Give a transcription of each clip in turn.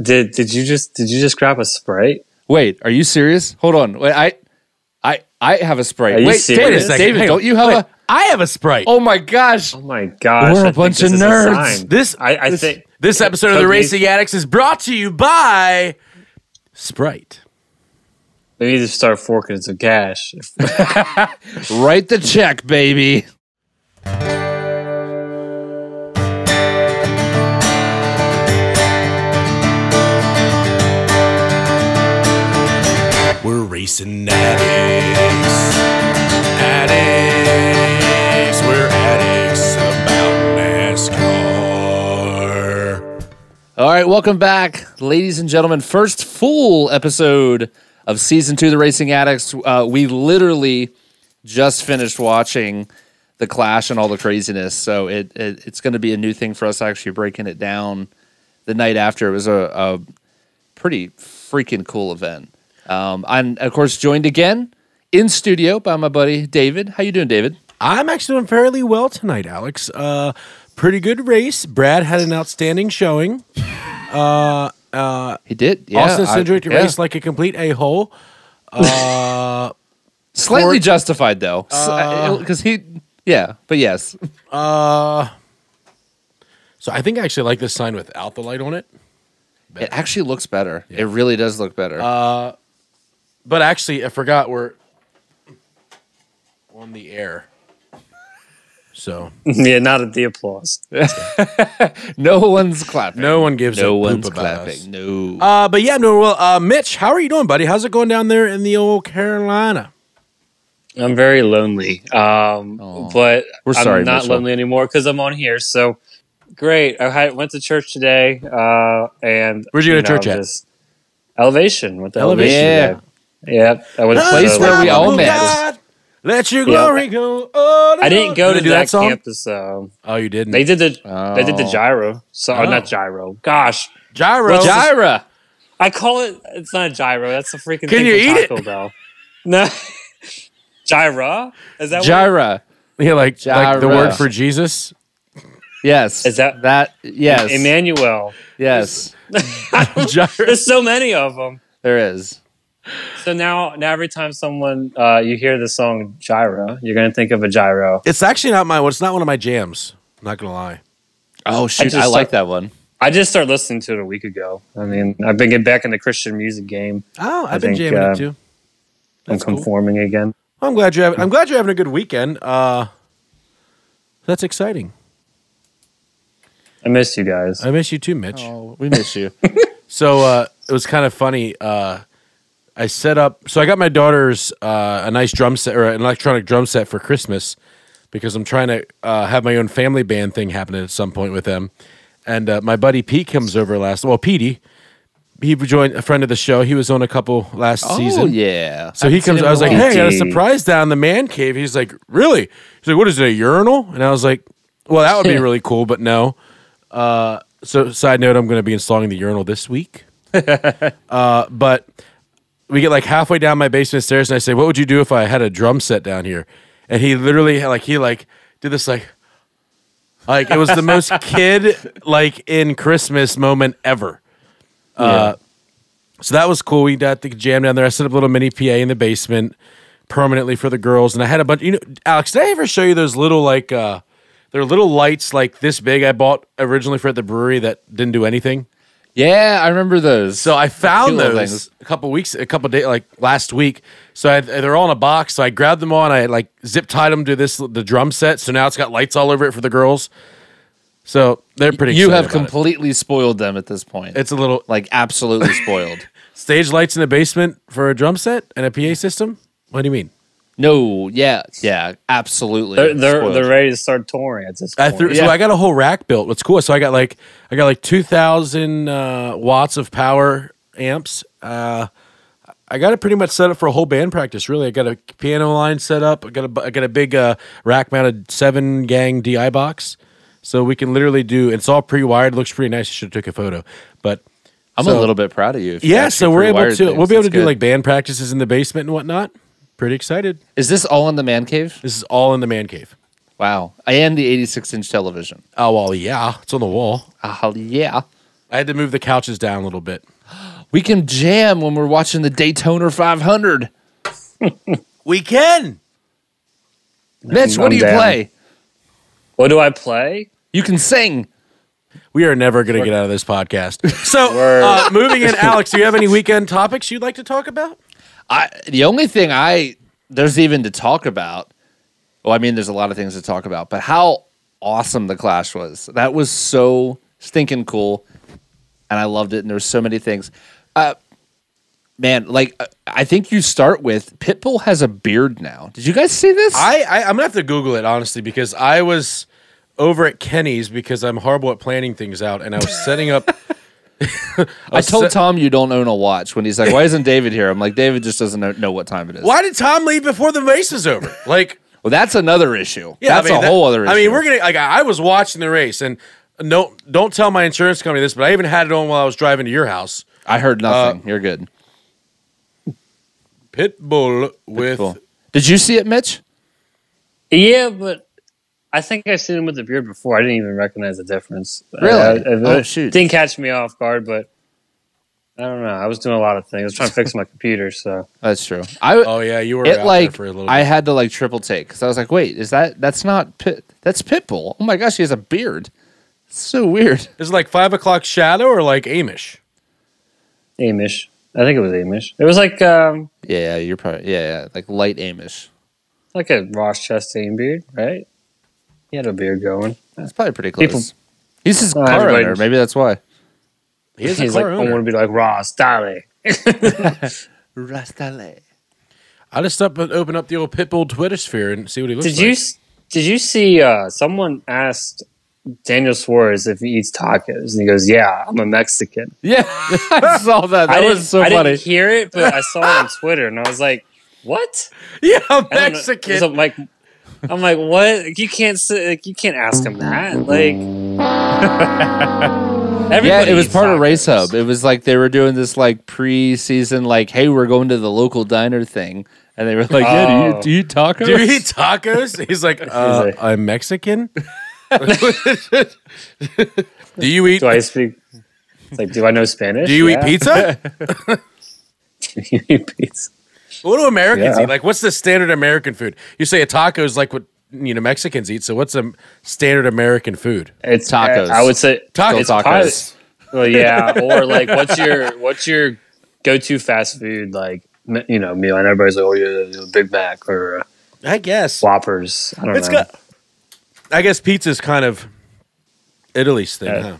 Did did you just did you just grab a sprite? Wait, are you serious? Hold on. Wait, I I I have a sprite. Are you Wait, serious? Wait David, a second. David, Hang on. don't you have Wait, a I have a Sprite. Oh my gosh. Oh my gosh! We're a I think bunch this of is a nerds. sign. This- I, I this- think This episode of the Toby- Racing Addicts is brought to you by Sprite. we need to start forking some cash. Write the check, baby. We're racing addicts. Addicts. We're addicts about NASCAR. All right, welcome back, ladies and gentlemen. First full episode of season two of The Racing Addicts. Uh, we literally just finished watching the clash and all the craziness, so it, it it's going to be a new thing for us actually breaking it down the night after. It was a, a pretty freaking cool event. Um, I'm of course joined again in studio by my buddy David. How you doing, David? I'm actually doing fairly well tonight, Alex. Uh, pretty good race. Brad had an outstanding showing. He did. Yeah, Austin I- Cindric yeah. raced like a complete a hole. slightly justified though, because he. Yeah, but yes, Uh, So I think I actually like this sign with Alpha Light on it. It actually looks better. It really does look better. Uh, But actually, I forgot we're on the air. So yeah, not at the applause. no one's clapping. no one gives a no poop one's about clapping. us. No. Uh, but yeah, no. Well, uh, Mitch, how are you doing, buddy? How's it going down there in the old Carolina? I'm very lonely. Um, Aw. but We're sorry, I'm not Mitchell. lonely anymore because I'm on here. So great. I had, went to church today. Uh, and Where'd you go to church I'm at? just- Elevation with the Elevation. elevation. today. Yep. I went to place where we all Oh, met. God, Let your Yeah. glory go. Oh, I didn't go to Did they do that, that song. campus. So Oh, you didn't. they did the they did the Oh. gyro. So Oh. not gyro. Gosh, gyro. Well, Gy- Gyra. I call it. It's not a gyro. That's the freaking. Can thing you from eat it? Taco Bell. No. Gyra? Is that what Gyra. yeah, like, like the Gyro. word for Jesus. Yes. Is that- that? Yes. Emmanuel? Yes. Gyro. There's so many of them. There is. So now, now every time someone uh, you hear the song Gyro, you're gonna think of a gyro. It's actually not my. Well, it's not one of my jams. Not gonna lie. Oh shoot! just I, start- like that one. I just started listening to it a week ago. I mean, I've been getting back in the Christian music game. Oh, I've I been think, jamming uh, it too. I'm That's cool. conforming again. I'm glad you're having. I'm glad you're having a good weekend. Uh, that's exciting. I miss you guys. I miss you too, Mitch. Oh, we miss you. So uh, it was kind of funny. Uh, I set up. So I got my daughter's uh, a nice drum set or an electronic drum set for Christmas because I'm trying to uh, have my own family band thing happening at some point with them. And uh, my buddy Pete comes over last. Well, Petey, he joined a friend of the show. He was on a couple last oh season. yeah. So he haven't seen comes. him I was in like, a while. "Hey, I got a Indeed. surprise down in the man cave." He's like, "Really?" He's like, "What is it? A urinal?" And I was like, "Well, that would be really cool, but no." Uh, so, side note, I'm going to be installing the urinal this week. uh, but we get like halfway down my basement stairs, and I say, "What would you do if I had a drum set down here?" And he literally, like, he like did this like. Like it was the most kid like in Christmas moment ever. So that was cool. We got the jam down there. I set up a little mini PA in the basement permanently for the girls, and I had a bunch. You know, Alex, did I ever show you those little like uh, they're little lights like this big I bought originally for at the brewery that didn't do anything. Yeah, I remember those. So I cute found little those things. a couple weeks, a couple days, like last week. So I, they're all in a box. So I grabbed them all and I like zip tied them to this the drum set. So now it's got lights all over it for the girls. So they're pretty. you excited have about it. completely spoiled them at this point. It's a little like absolutely spoiled. stage lights in the basement for a drum set and a PA system. What do you mean? No, yeah, yeah, absolutely. They're they're, spoiled. they're ready to start touring at this I point. threw, so I got a whole rack built. What's cool? So I got like I got like two thousand uh, watts of power amps. Uh, I got it pretty much set up for a whole band practice. Really, I got a piano line set up. I got a bu- I got a big uh, rack mounted seven gang DI box, so we can literally do. It's all pre wired. Looks pretty nice. I should have took a photo, but I'm a so- little bit proud of you. if you yeah. actually So we're able to. pre-wired things. We'll be able to That's do good. like band practices in the basement and whatnot. Pretty excited. Is this all in the man cave? This is all in the man cave. Wow. And the 86 inch television. Oh well, yeah. It's on the wall. Oh, yeah. I had to move the couches down a little bit. We can jam when we're watching the Daytona 500. We can. Mitch, what I'm do you down. play? What do I play? You can sing. We are never going to get out of this podcast. So, Word. uh, moving in, Alex, do you have any weekend topics you'd like to talk about? I the only thing I there's even to talk about. Well, I mean, there's a lot of things to talk about, but how awesome the Clash was. That was so stinking cool, and I loved it. And there's so many things. Uh, man, like uh, I think you start with Pitbull has a beard now. Did you guys see this? I, I I'm gonna have to Google it honestly because I was over at Kenny's because I'm horrible at planning things out, and I was setting up. I told se- Tom you don't own a watch when he's like, "Why isn't David here?" I'm like, "David just doesn't know- know what time it is." Why did Tom leave before the race is over? Like, Well, that's another issue. yeah, that's I mean, a that- whole other issue. I mean, we're gonna like I I was watching the race, and no, don't tell my insurance company this, but I even had it on while I was driving to your house. I heard uh, nothing. You're good. Pitbull with Cool. Did you see it, Mitch? Yeah, but I think I've seen him with the beard before. I didn't even recognize the difference. Uh, Really? I- I- Oh, it shoot. Didn't catch me off guard, but I don't know. I was doing a lot of things. I was trying to fix my computer, so That's true. I Oh yeah, you were out it there like for a little. I bit. had to like triple take because I was like, wait, is that that's not pit? That's Pitbull. Oh my gosh, he has a beard. so weird. Is it like five o'clock shadow or like Amish? Amish. I think it was Amish. It was like um Yeah, you're probably yeah, yeah like light Amish. like a Ross Chastain beard, right? He had a beard going. That's probably pretty close. People- He's his Uh, car everybody- owner. Maybe that's why. He is a He's like, car I owner. want to be like Ross, Dolly. I just up and open up the old Pitbull Twitter sphere and see what he looks Did like. you s- did you see uh, someone asked Daniel Suarez if he eats tacos, and he goes, "Yeah, I'm a Mexican." Yeah, I saw that. That I was didn't- so I funny. didn't hear it, but I saw it on Twitter, and I was like, "What?" Yeah, I don't know. Mexican. So I'm like, I'm like, what? You can't say, like, you can't ask him that. Like, Yeah, everybody it was eats part of Race tacos. Hub. It was like they were doing this like pre-season, like, hey, we're going to the local diner thing, and they were like, yeah, do you, Oh. do you tacos? Do you eat tacos? He's like, uh, like- I'm Mexican. do you eat? Do I speak? It's like, do I know Spanish? do you eat Yeah. pizza? Do you eat pizza? What do Americans Yeah. eat? Like, what's the standard American food? You say a taco is like what you know Mexicans eat. So, what's a m- standard American food? It's Tacos. I, would say Taco it's tacos. probably- well, yeah, or like, what's your what's your go to fast food like? me- You know, meal, and everybody's like, "Oh yeah, yeah, Big Mac or uh, I guess. Whoppers." I don't It's know. got. I guess pizza's kind of Italy's thing. Yeah. Huh?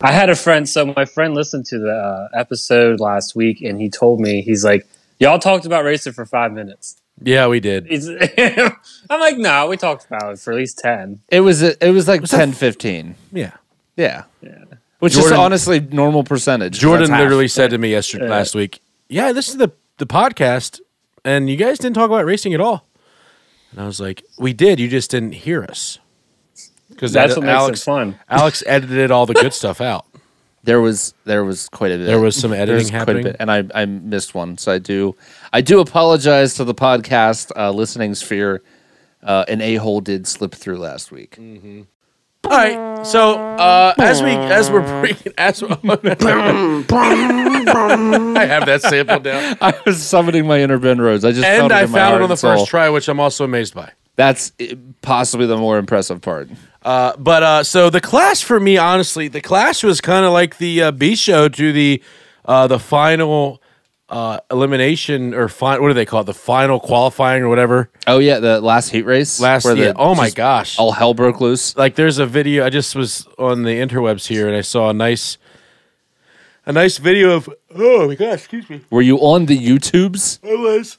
I had a friend. So my friend listened to the uh, episode last week, and he told me he's like, "Y'all talked about racing for five minutes." Yeah, we did. He's, I'm like, "No, we talked about it for at least ten. It was it was like 10, 15. Yeah. Yeah. Which is Jordan- honestly normal percentage. Jordan That's half. literally said to me yesterday, last week, "Yeah, this is the the podcast, and you guys didn't talk about racing at all." And I was like, "We did. You just didn't hear us." Because That's what makes it fun." Alex edited all the good stuff out. there was there was quite a bit. There was some There was editing happening. and I I missed one. So I do I do apologize to the podcast uh, listening sphere. Uh, an a hole did slip through last week. Mm. All right. So uh, as we as we're bringing as we I have that sample down, I was summoning my inner Ben Rhodes. I just and felt it I in my found heart it on the and soul. first try, which I'm also amazed by. That's eh, possibly the more impressive part. Uh, but uh, so the clash for me, honestly, the clash was kind of like the uh, B show to the uh, the final uh, elimination or fi- what do they call it? The final qualifying or whatever. Oh yeah, the last heat race. Last where the- yeah. oh my just gosh! all hell broke loose. Like there's a video I just was on the interwebs here and I saw a nice a nice video of oh my gosh, excuse me, Were you on the YouTubes? it was.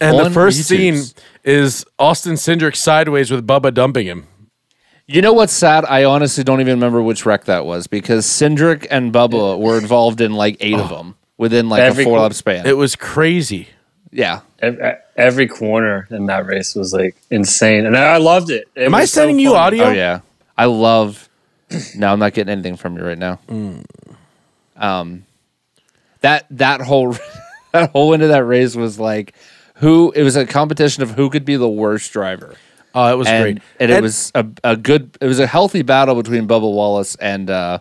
And the On first YouTubes. scene is Austin Cindric sideways with Bubba dumping him. You know what's sad? I honestly don't even remember which wreck that was because Cindric and Bubba were involved in like eight of them within like Every a four cor- lap span. It was crazy. yeah. Ev- e, Every, corner in that race was like insane, and I I loved it. It Am I was so sending you fun. audio? Oh yeah. I love. No, I'm not getting anything from you right now. Um, that that whole that whole end of that race was like who? It was a competition of who could be the worst driver. Oh, it was and, great. and it And- was a, a good, it was a healthy battle between Bubba Wallace and uh,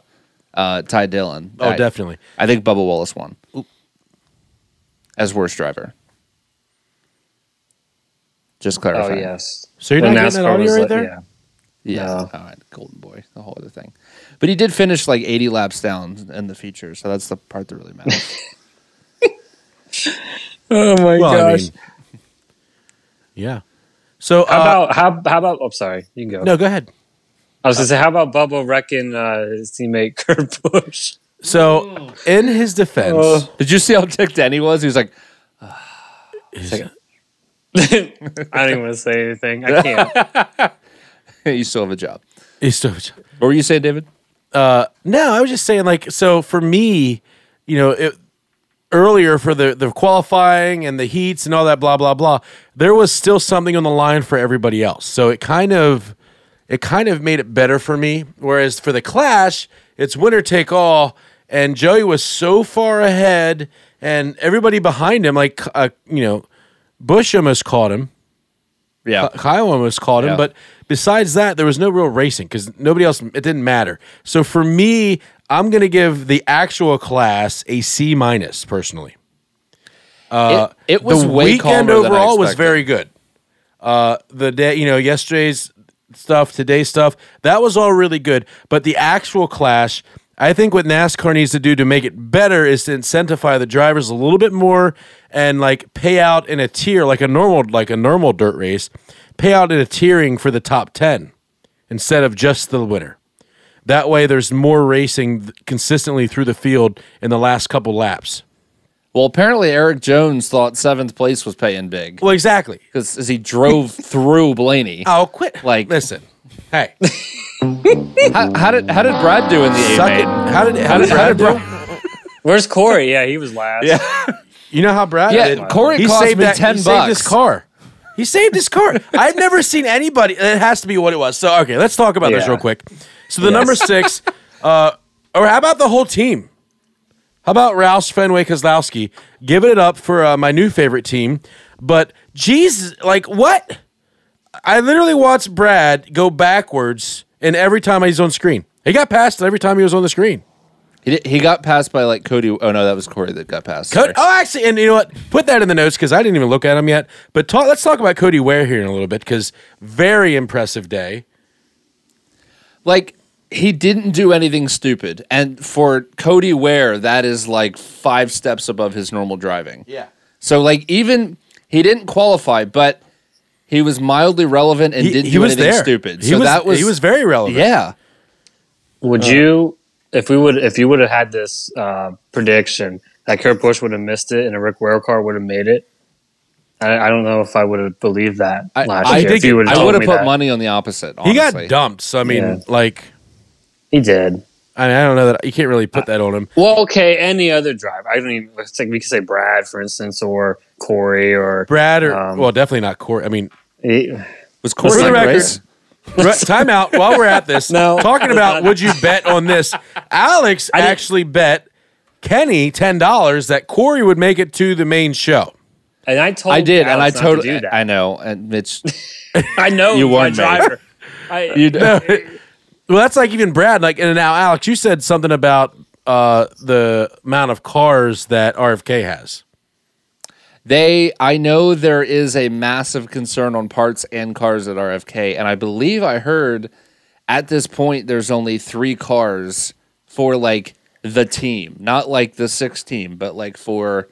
uh, Ty Dillon. Oh, I- definitely. I think Bubba Wallace won as worst driver. Just Oh clarify. yes. So you're When not getting that NASCAR audio was right like- there? Yeah. Yeah. No. All right. Golden Boy, the whole other thing. But he did finish like 80 laps down in the feature, so that's the part that really matters. Oh my Well, I gosh. mean, yeah. So how uh, about how how about? I'm sorry. You can go. no, go ahead. I was gonna say, how about Bubba wrecking uh, his teammate Kurt Busch? So Mm. in his defense, Oh. did you see how ticked Denny was? He was like, he's- I don't even want to say anything. I can't. "You still have a job." he's still. What were you saying, David? No, I was just saying, like, so for me, you know, it, earlier for the, the qualifying and the heats and all that, blah, blah, blah, there was still something on the line for everybody else. So it kind of, it kind of made it better for me. Whereas for the clash, it's winner take all. And Joey was so far ahead and everybody behind him, like, uh, you know, Bush almost caught him. Yeah. Kyle almost caught him, Yeah. but besides that, there was no real racing because nobody else. It didn't matter. So for me, I'm going to give the actual class a C minus personally. it, it was Uh, the way weekend calmer than I overall was expected. very good. Uh, the day, you know, yesterday's stuff, today's stuff, that was all really good. But the actual clash, I think what NASCAR needs to do to make it better is to incentivize the drivers a little bit more and like pay out in a tier, like a normal, like a normal dirt race, pay out in a tiering for the top ten instead of just the winner. That way, there's more racing th- consistently through the field in the last couple laps. Well, apparently Eric Jones thought seventh place was paying big Well, exactly. because as he drove through Blaney. I'll quit. Like- listen, hey, How, how did how did Brad do in the A suck it. main? How did how did How did Brad do? Brad- Where's Corey? Yeah, he was last. Yeah. You know how Brad Yeah, did. Corey cost me 10 bucks. he Saved his car. He saved his car. I've never seen anybody. It has to be what it was. So okay, let's talk about this Yeah. real quick. So the number six, uh, or how about the whole team? How about Roush Fenway Kozlowski giving it up for uh, my new favorite team? But Jesus, like what? I literally watched Brad go backwards, and every time he's on screen, he got past it every time he was on the screen. He, did- he got passed by like Cody. Oh no, that was Corey that got passed. Sorry. Cody, oh, actually, and you know what? Put that in the notes because I didn't even look at him yet. But talk, let's talk about Cody Ware here in a little bit because very impressive day. oh! Like he didn't do anything stupid, and for Cody Ware, that is like five steps above his normal driving. Yeah. So like even he didn't qualify, but he was mildly relevant and He, didn't he do was anything there. stupid. He so was, that was he was very relevant. yeah. Would you, if we would, if you would have had this uh, prediction that Kurt Busch would have missed it and a Rick Ware car would have made it, I, I don't know if I would have believed that I, last I year. think if you would have I would told have me put that. money on the opposite. he got honestly. dumped. So I mean, Yeah. like He did. I, mean, I don't know that you can't really put that on him. Well, okay. Any other driver? I don't even. It's like we could say Brad, for instance, or Corey, or Brad or Um, well, definitely not Corey. I mean, He- Was Corey For in the the record- race? Right, time out while we're at this. No. Talking about would you bet on this? Alex didn't- actually bet Kenny ten dollars that Corey would make it to the main show. and I told. I did, and I Alex not to totally. do that. I know, and it's I know You you won, my mate. driver. I, you know. Well, that's like even Brad. Like, and now Alex, you said something about uh, the amount of cars that RFK has. They, I know there is a massive concern on parts and cars at RFK, and I believe I heard at this point there's only three cars for like the team, not like the six team, but like for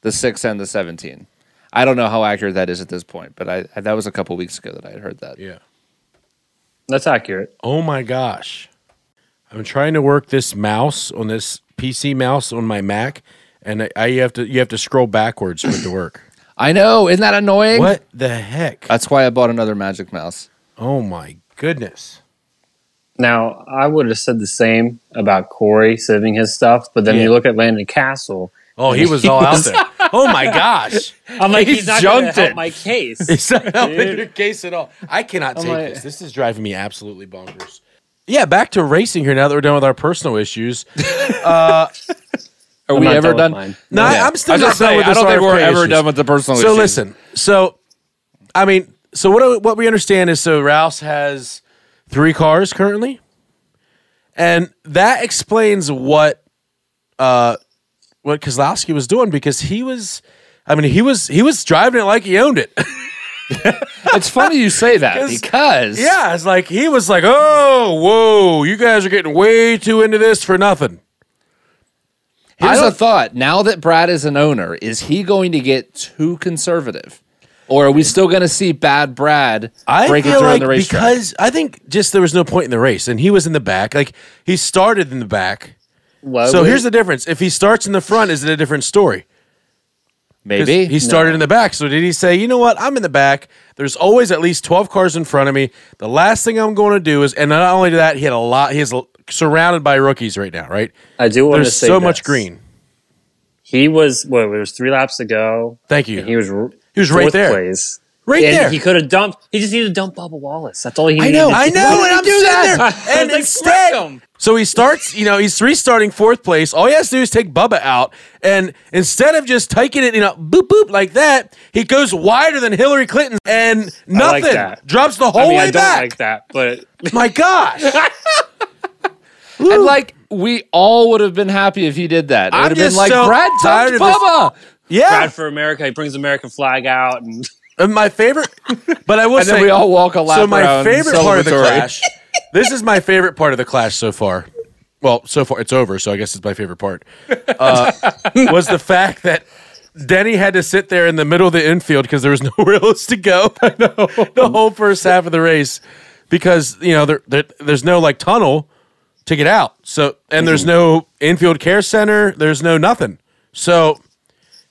the six and the seventeen. I don't know how accurate that is at this point, but I, I that was a couple weeks ago that I had heard that. Yeah. that's accurate. Oh my gosh. I'm trying to work this mouse on this PC mouse on my Mac, and I, I you have to you have to scroll backwards for it to work. I know, isn't that annoying? what the heck? That's why I bought another Magic Mouse. Oh my goodness. Now I would have said the same about Corey saving his stuff, but then Yeah. you look at Landon Castle. Oh, he was all out there. Oh my gosh. I'm like, He's he's, not going to junked help it. my case. It's not helping your case at all. I cannot take like- this. This is driving me absolutely bonkers. Yeah, back to racing here now that we're done with our personal issues. Are I'm we not ever done done? with mine. No, I- Yeah. I'm still I was not gonna done say, with I this don't think we're RFK ever issue. done with the personal So issues. listen, so I mean, so what what we understand is so Rouse has three cars currently, And that explains what uh what Kozlowski was doing because he was I mean he was he was driving it like he owned it. It's funny you say that 'Cause- because yeah, it's like he was like, "Oh, whoa, you guys are getting way too into this for nothing." Here's I a don't- thought. Now that Brad is an owner, is he going to get too conservative? Or are we still going to see bad Brad I breaking feel through like on the racetrack? because I think just there was no point in the race and he was in the back. Like he started in the back. Why So would- here's the difference. If he starts in the front, is it a different story? 'Cause Maybe. He started in the back. So did he say, you know what? I'm in the back. There's always at least 12 cars in front of me. The last thing I'm going to do is, and not only that, he had a lot, he's l- surrounded by rookies right now, right? I do want to There's say so this. much green. He was what? There was three laps to go. Thank you. And he was r- He was right fourth there. place. Right and there. He could have dumped. He just needed to dump Bubba Wallace. That's all he I needed. know, to I do. know, and I'm do sitting that? there. And Like, wreck instead, 'em. so he starts, you know, he's restarting fourth place. All he has to do is take Bubba out. And instead of just taking it, you know, boop, boop, like that, he goes wider than Hillary Clinton and like nothing. that. drops the whole I mean, way I don't back. like that, but My gosh. and like, we all would have been happy if he did that. It I'm would have been just like, so Brad tired dumped of Bubba. Yeah. Brad for America, he brings the American flag out, and And my favorite, but I will And say, then we all walk a lap so my around favorite part of the celebratory. clash. this is my favorite part of the clash so far. Well, so far it's over, so I guess it's my favorite part. Uh, was the fact that Denny had to sit there in the middle of the infield because there was nowhere else to go. the whole first half of the race because you know there, there there's no like tunnel to get out. So and there's no infield care center. There's no nothing. So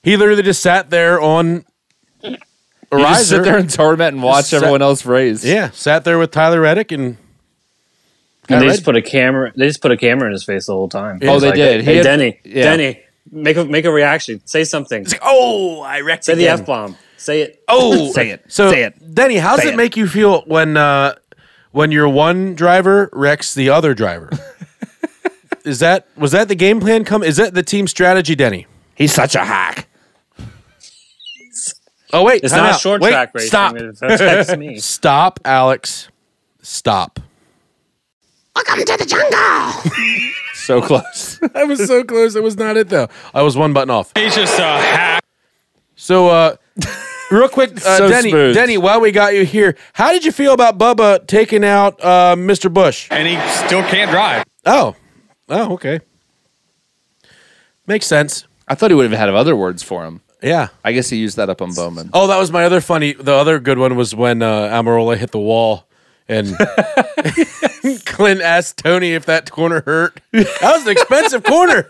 he literally just sat there on. A You just riser. sit there in torment and watch sat- everyone else race. Yeah, sat there with Tyler Reddick and and they Red- just put a camera. They just put a camera in his face the whole time. Oh, they did. He Hey, had- Denny, yeah. Denny, make a make a reaction. Say something. oh, I wrecked Say the f bomb. Say it. Oh, Say it. So, Say it. Denny, how does Say it it. make you feel when uh, when your one driver wrecks the other driver? is that was that the game plan? Come, is that the team strategy, Denny? He's such a hack. Oh wait, It's time not a out. short Wait, track race. Stop, It affects me. stop, Alex, stop. So close. I was so close. That was not it though. I was one button off. He's just a hack. So, uh, real quick, uh, So Denny, smooth. Denny, while we got you here, how did you feel about Bubba taking out uh, Mr. Bush? and he still can't drive. Oh, oh, okay, makes sense. I thought he would have had other words for him. Yeah. I guess he used that up on Bowman. Oh, that was my other funny. The other good one was when uh, Amarola hit the wall and. Clint asked Tony if that corner hurt. That was an expensive corner.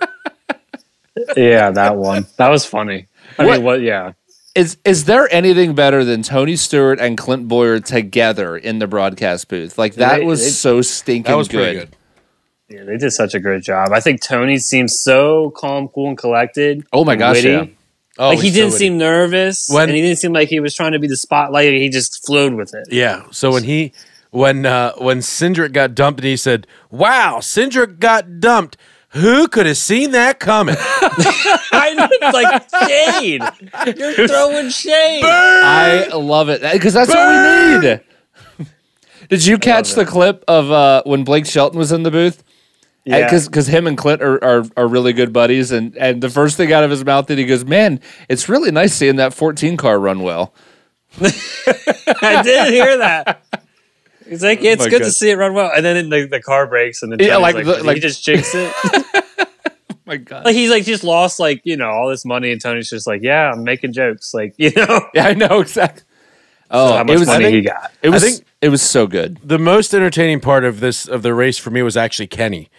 yeah, that one. That was funny. I mean, what? Yeah. Is is there anything better than Tony Stewart and Clint Boyer together in the broadcast booth? Like that They- was they- so stinking That was good. pretty good. Yeah, they did such a great job. I think Tony seems so calm, cool, and collected. Oh my gosh, witty. yeah. Oh, like he he's so didn't witty. seem nervous, When- and he didn't seem like he was trying to be the spotlight. He just flowed with it. Yeah. So when he when uh when Cindric got dumped and he said, Wow, Cindric got dumped. Who could have seen that coming? I know, it's like shade. You're throwing shade. I love it because that's what we need. Did you catch the clip of uh, when Blake Shelton was in the booth? Yeah. Because him and Clint are, are, are really good buddies, and, and the first thing out of his mouth that he goes, man, it's really nice seeing that 14 car run well. I did hear that. He's like, it's my good to God. see it run well, and then the, the car breaks, and then Yeah, Johnny's like like, the- he like- just jinxed it. my God, like he's like just lost like you know all this money, and Tony's just like, yeah, I'm making jokes, like you know yeah, I know exactly. Oh, how it much was money I he think- got. it was think- it was so good. the most entertaining part of this of the race for me was actually Kenny.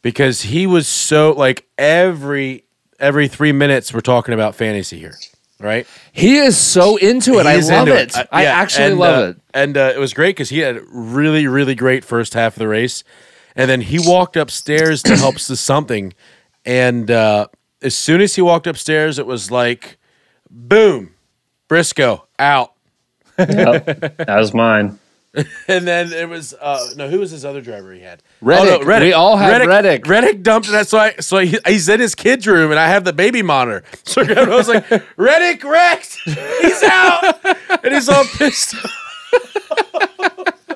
Because he was so like every every three minutes we're talking about fantasy here. Right? He is so into it. I He's love into it. Uh, I yeah, actually and, love uh, it. And uh, it was great because he had a really, really great first half of the race. And then he walked upstairs to help us with something. And uh, as soon as he walked upstairs, it was like, boom, Briscoe out. That was mine. And then it was uh, no, who was his other driver he had? Reddick. We all had Reddick. Reddick dumped, and that's why. So he, he's in his kid's room, and I have the baby monitor. So I was like, Reddick wrecked. He's out, and he's all pissed.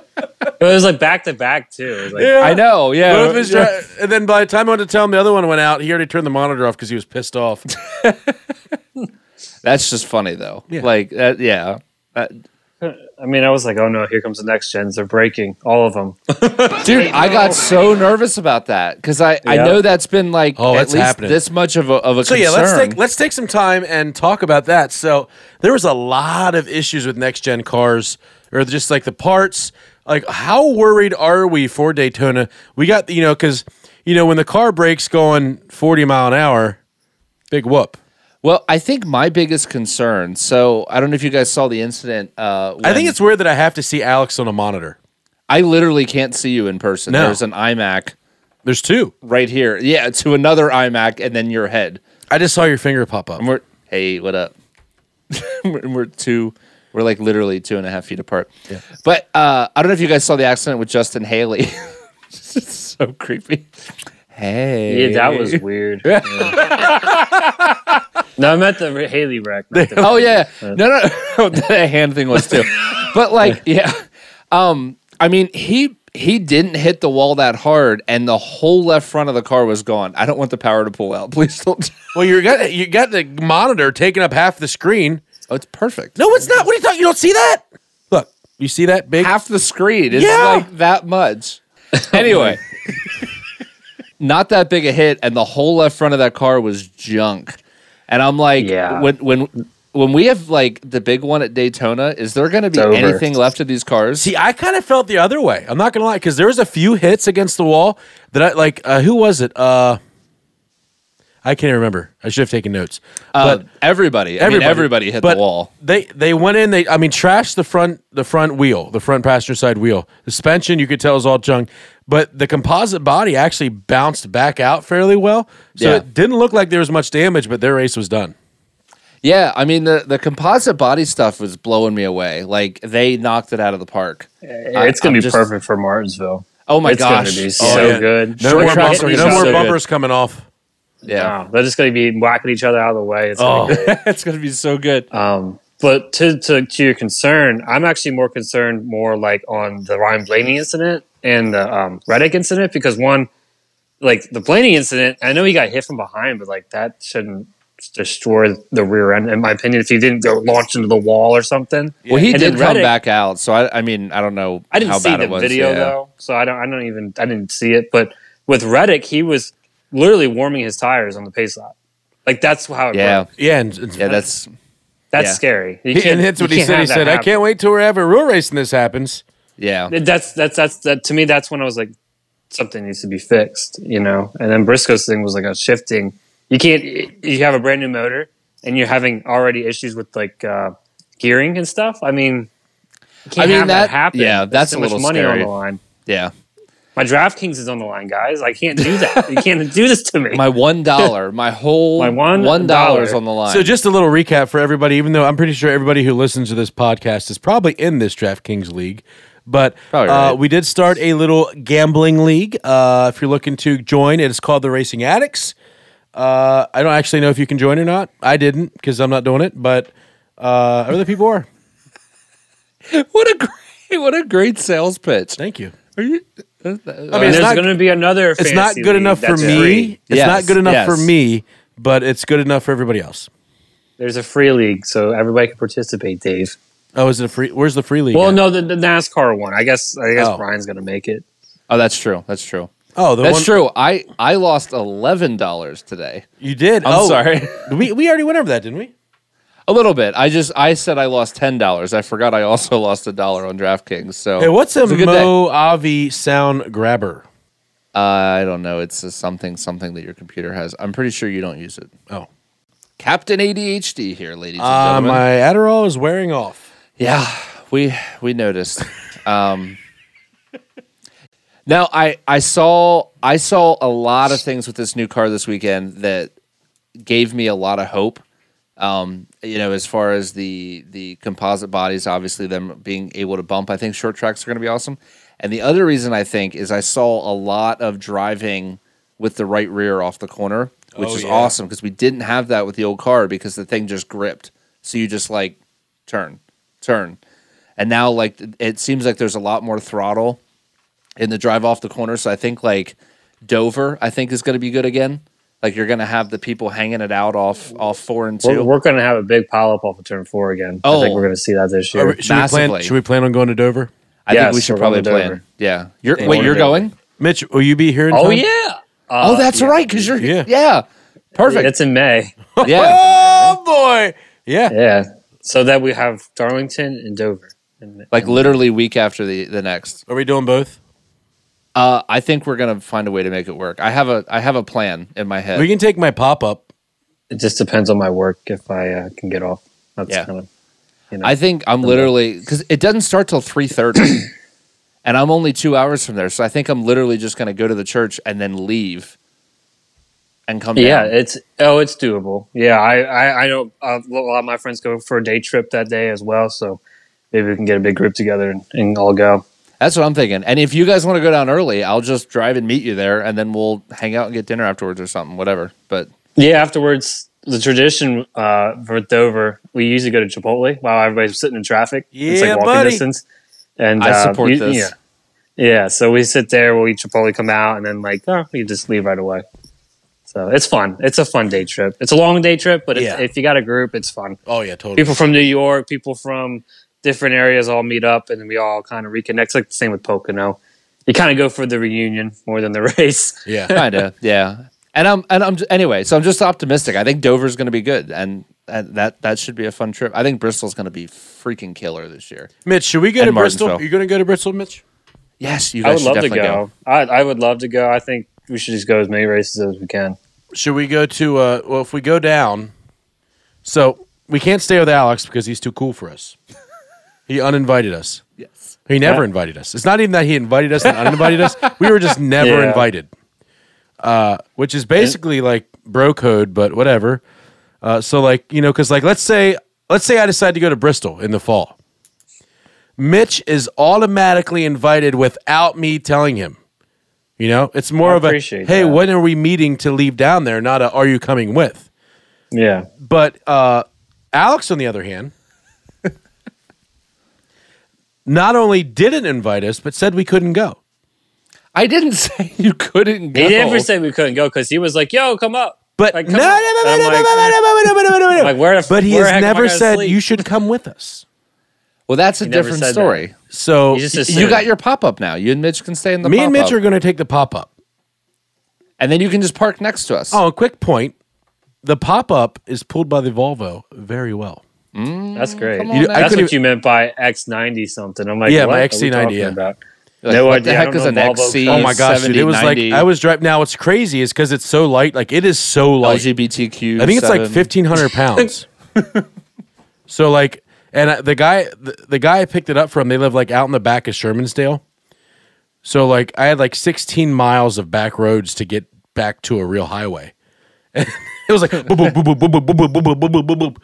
It was like back to back too. It was like, I know. Uh, Yeah. Both of his dri- and then by the time I went to tell him the other one went out, he already turned the monitor off because he was pissed off. That's just funny though. Like that. Yeah. That- I mean, I was like, oh no, here comes the next gens. They're breaking all of them. Dude, I got so nervous about that because I, I Yeah. know that's been like Oh, at it's least happening. this much of a of a so concern. yeah, let's take let's take some time and talk about that. So there was a lot of issues with next gen cars, or just like the parts. Like, how worried are we for Daytona? We got you know because you know when the car breaks going forty mile an hour, big whoop. well, I think my biggest concern. So I don't know if you guys saw the incident. Uh, I think when- it's weird that I have to see Alex on a monitor. I literally can't see you in person. No. There's an iMac There's two. right here. Yeah, to another iMac and then your head. I just saw your finger pop up. And we're hey, what up? we're, we're two. We're like literally two and a half feet apart. But uh, I don't know if you guys saw the accident with Justin Haley. it's so creepy. Hey, Yeah, that was weird. Yeah. no, I'm at the Haley wreck. not the- Oh yeah, no, no, no. the hand thing was too. But like, yeah, um, I mean, he he didn't hit the wall that hard, and the whole left front of the car was gone. I don't want the power to pull out. Please don't. Well, you got you got the monitor taking up half the screen. Oh, it's perfect. No, it's not. What are you talking? You don't see that? Look, you see that big? half the screen. It's Yeah. like that much. Anyway, not that big a hit, and the whole left front of that car was junk. And I'm like, Yeah. when when when we have like the big one at Daytona, is there going to be over. anything left of these cars? See, I kind of felt the other way. I'm not gonna lie, because there was a few hits against the wall that I like. Uh, who was it? Uh, I can't remember. I should have taken notes. Uh, but everybody, I mean, everybody, everybody hit but the wall. They they went in. They I mean, trashed the front the front wheel, the front passenger side wheel. The suspension you could tell is all junk, but the composite body actually bounced back out fairly well. So Yeah. it didn't look like there was much damage, but their race was done. Yeah, I mean the the composite body stuff was blowing me away. Like they knocked it out of the park. it's gonna I'm be just- perfect for Martinsville. Oh my it's gosh. gonna be Oh, so yeah. good. No Short more, tracks bumper- are no gonna be more so good. bumpers coming off. Yeah, Oh. Wow, they're just gonna be whacking each other out of the way. It's gonna be it's gonna be so good. Um, but to, to to your concern, I'm actually more concerned more like on the Ryan Blaney incident and the um, Reddick incident because one, like the Blaney incident, I know he got hit from behind, but like that shouldn't destroy the rear end. In my opinion, if he didn't go launch into the wall or something, Well, he And did then come Reddick- back out, so I, I mean, I don't know. I didn't how see bad the it was. video yeah. though, so I don't. I don't even. I didn't see it. But with Reddick, he was literally warming his tires on the pace lap. Like that's how it. Yeah, worked. Yeah, and, and- yeah, that's that's yeah. scary. You He, can't- and that's you what he can't said. He have that said, "I happen." can't wait till we're having a real race and this happens." yeah. that's that's that's that to me that's when i was like something needs to be fixed you know and then briscoe's thing was like a shifting you can't you have a brand new motor and you're having already issues with like uh gearing and stuff i mean you can't mean, have that- that, happen yeah, There's that's so a much little money scary. on the line Yeah. my draftkings is on the line guys i can't do that you can't do this to me My one dollar, my whole My one one dollar is dollar. on the line. So, just a little recap for everybody. Even though I'm pretty sure everybody who listens to this podcast is probably in this DraftKings league, but Probably uh, right. we did start a little gambling league. Uh, if you're looking to join, it is called the Racing Addicts. Uh, I don't actually know if you can join or not. I didn't because I'm not doing it, but uh, other people are. what a great, what a great sales pitch. Thank you. Are you? uh, I mean, and it's there's not, going to be another it's not fantasy good league enough for that's me. free. It's Yes, not good enough for yes. me, but it's good enough for everybody else. there's a free league so everybody can participate dave Oh, is it a free? Where's the free league? well at? no the, the nascar one i guess i guess Oh. brian's going to make it oh, that's true. That's true. Oh, the That's one, true. I I lost eleven dollars today. You did. I'm oh, sorry. we we already went over that, didn't we? A little bit. I just I said I lost ten dollars. I forgot I also lost a dollar on DraftKings. So Hey, what's a, it was good day. Mo Avi sound grabber? Uh, I don't know. It's a something something that your computer has. I'm pretty sure you don't use it. Oh, Captain ADHD here, ladies and uh, gentlemen. my Adderall is wearing off. Yeah, we we noticed. Um, now I I saw I saw a lot of things with this new car this weekend that gave me a lot of hope. Um, you know, as far as the the composite bodies, obviously them being able to bump, I think short tracks are going to be awesome. And the other reason I think is I saw a lot of driving with the right rear off the corner, which Oh, is yeah. awesome because we didn't have that with the old car because the thing just gripped. So you just like turn, turn, and now like it seems like there's a lot more throttle in the drive off the corner. So I think like Dover, I think is going to be good again. Like you're going to have the people hanging it out off off four and 2 We're, we're going to have a big pile up off of turn four again. I Oh. think we're going to see that this year. Are we- should, we plan, Massively. should we plan on going to Dover? I Yes, think we should we're probably going to plan. Dover. Yeah, you're Yeah, wait, we're you're Dover. going. Mitch, will you be here? In oh time? yeah. oh, Uh, that's yeah. right, because you're yeah, Yeah. perfect. It's in May. Yeah, Oh boy. Yeah. Yeah. So that we have Darlington and Dover. And- like literally week after the the next. Are we doing both? Uh, I think we're gonna find a way to make it work. I have a I have a plan in my head. We can take my pop up. it just depends on my work if I uh, can get off. That's Yeah. kind of. I think I'm literally because it doesn't start till three thirty, and I'm only two hours from there. So I think I'm literally just going to go to the church and then leave, and come. Yeah, down. it's oh, it's doable. Yeah, I I, I know uh, a lot of my friends go for a day trip that day as well. So maybe we can get a big group together and, and all go. that's what I'm thinking. And if you guys want to go down early, I'll just drive and meet you there, and then we'll hang out and get dinner afterwards or something, whatever. But Yeah, afterwards the tradition uh, for Dover, we usually go to Chipotle while everybody's sitting in traffic. it's Yeah, like walking buddy. distance. And I uh, support you- this. Yeah. Yeah, so we sit there, we'll eat Chipotle, come out, and then like, oh, we just leave right away. So it's fun. It's a fun day trip. It's a long day trip, but Yeah. if, if you got a group, it's fun. Oh yeah, totally. People from New York, people from different areas all meet up, and then we all kind of reconnect. It's like the same with Pocono. You kind of go for the reunion more than the race. Yeah. kind of, yeah. And I'm and I'm anyway. So I'm just optimistic. I think Dover's going to be good, and, and that that should be a fun trip. I think Bristol's going to be freaking killer this year. Mitch, should we go And to Bristol? Martinsville. Are you going to go to Bristol, Mitch? Yes, you guys I would should love to definitely go. I, I would love to go. I think we should just go as many races as we can. Should we go to? Uh, well, if we go down, so we can't stay with Alex because he's too cool for us. he uninvited us. Yes. He never invited us. It's not even that he invited us and uninvited us. We were just never Yeah. invited, uh, which is basically like bro code, but whatever. Uh, so like you know, because like let's say let's say I decide to go to Bristol in the fall. Mitch is automatically invited without me telling him. You know, it's more I of a hey, appreciate that. when are we meeting to leave down there? Not a are you coming with? Yeah. But uh, Alex, on the other hand, not only didn't invite us, but said we couldn't go. I didn't say you couldn't go. He never said we couldn't go because he was like, "Yo, come up." But Like, no, come no, on. no, no, I'm no, no, like, no, no, no, no, no, no, no, no. Like, where the f- But he where the has heck am I never gonna said sleep? you should come with us. Well, that's a never different said that. story. So He just Y- assumed. You got your pop up now. You and Mitch can stay in the me and Mitch pop-up. are going to take the pop up. and then you can just park next to us. Oh, a quick point: the pop up is pulled by the Volvo very well. That's great. Mm, come on You- now. I That's could've- what you meant by X90 something. I'm like, Yeah, what my are we XC90, talking yeah. About? Like, no what idea. the I heck don't is know an Volvo XC? cars. Oh my gosh, dude! 70, It was 90. like I was driving. Now what's crazy is because it's so light. Like it is so light. LGBTQ. I think it's like seven. fifteen hundred pounds. so like, and I, the guy, the, the guy I picked it up from, they live like out in the back of Shermansdale. So like, I had like sixteen miles of back roads to get back to a real highway. it was like boop, boop, boop, boop, boop, boop, boop, boop, boop, boop, boop, boop, boop.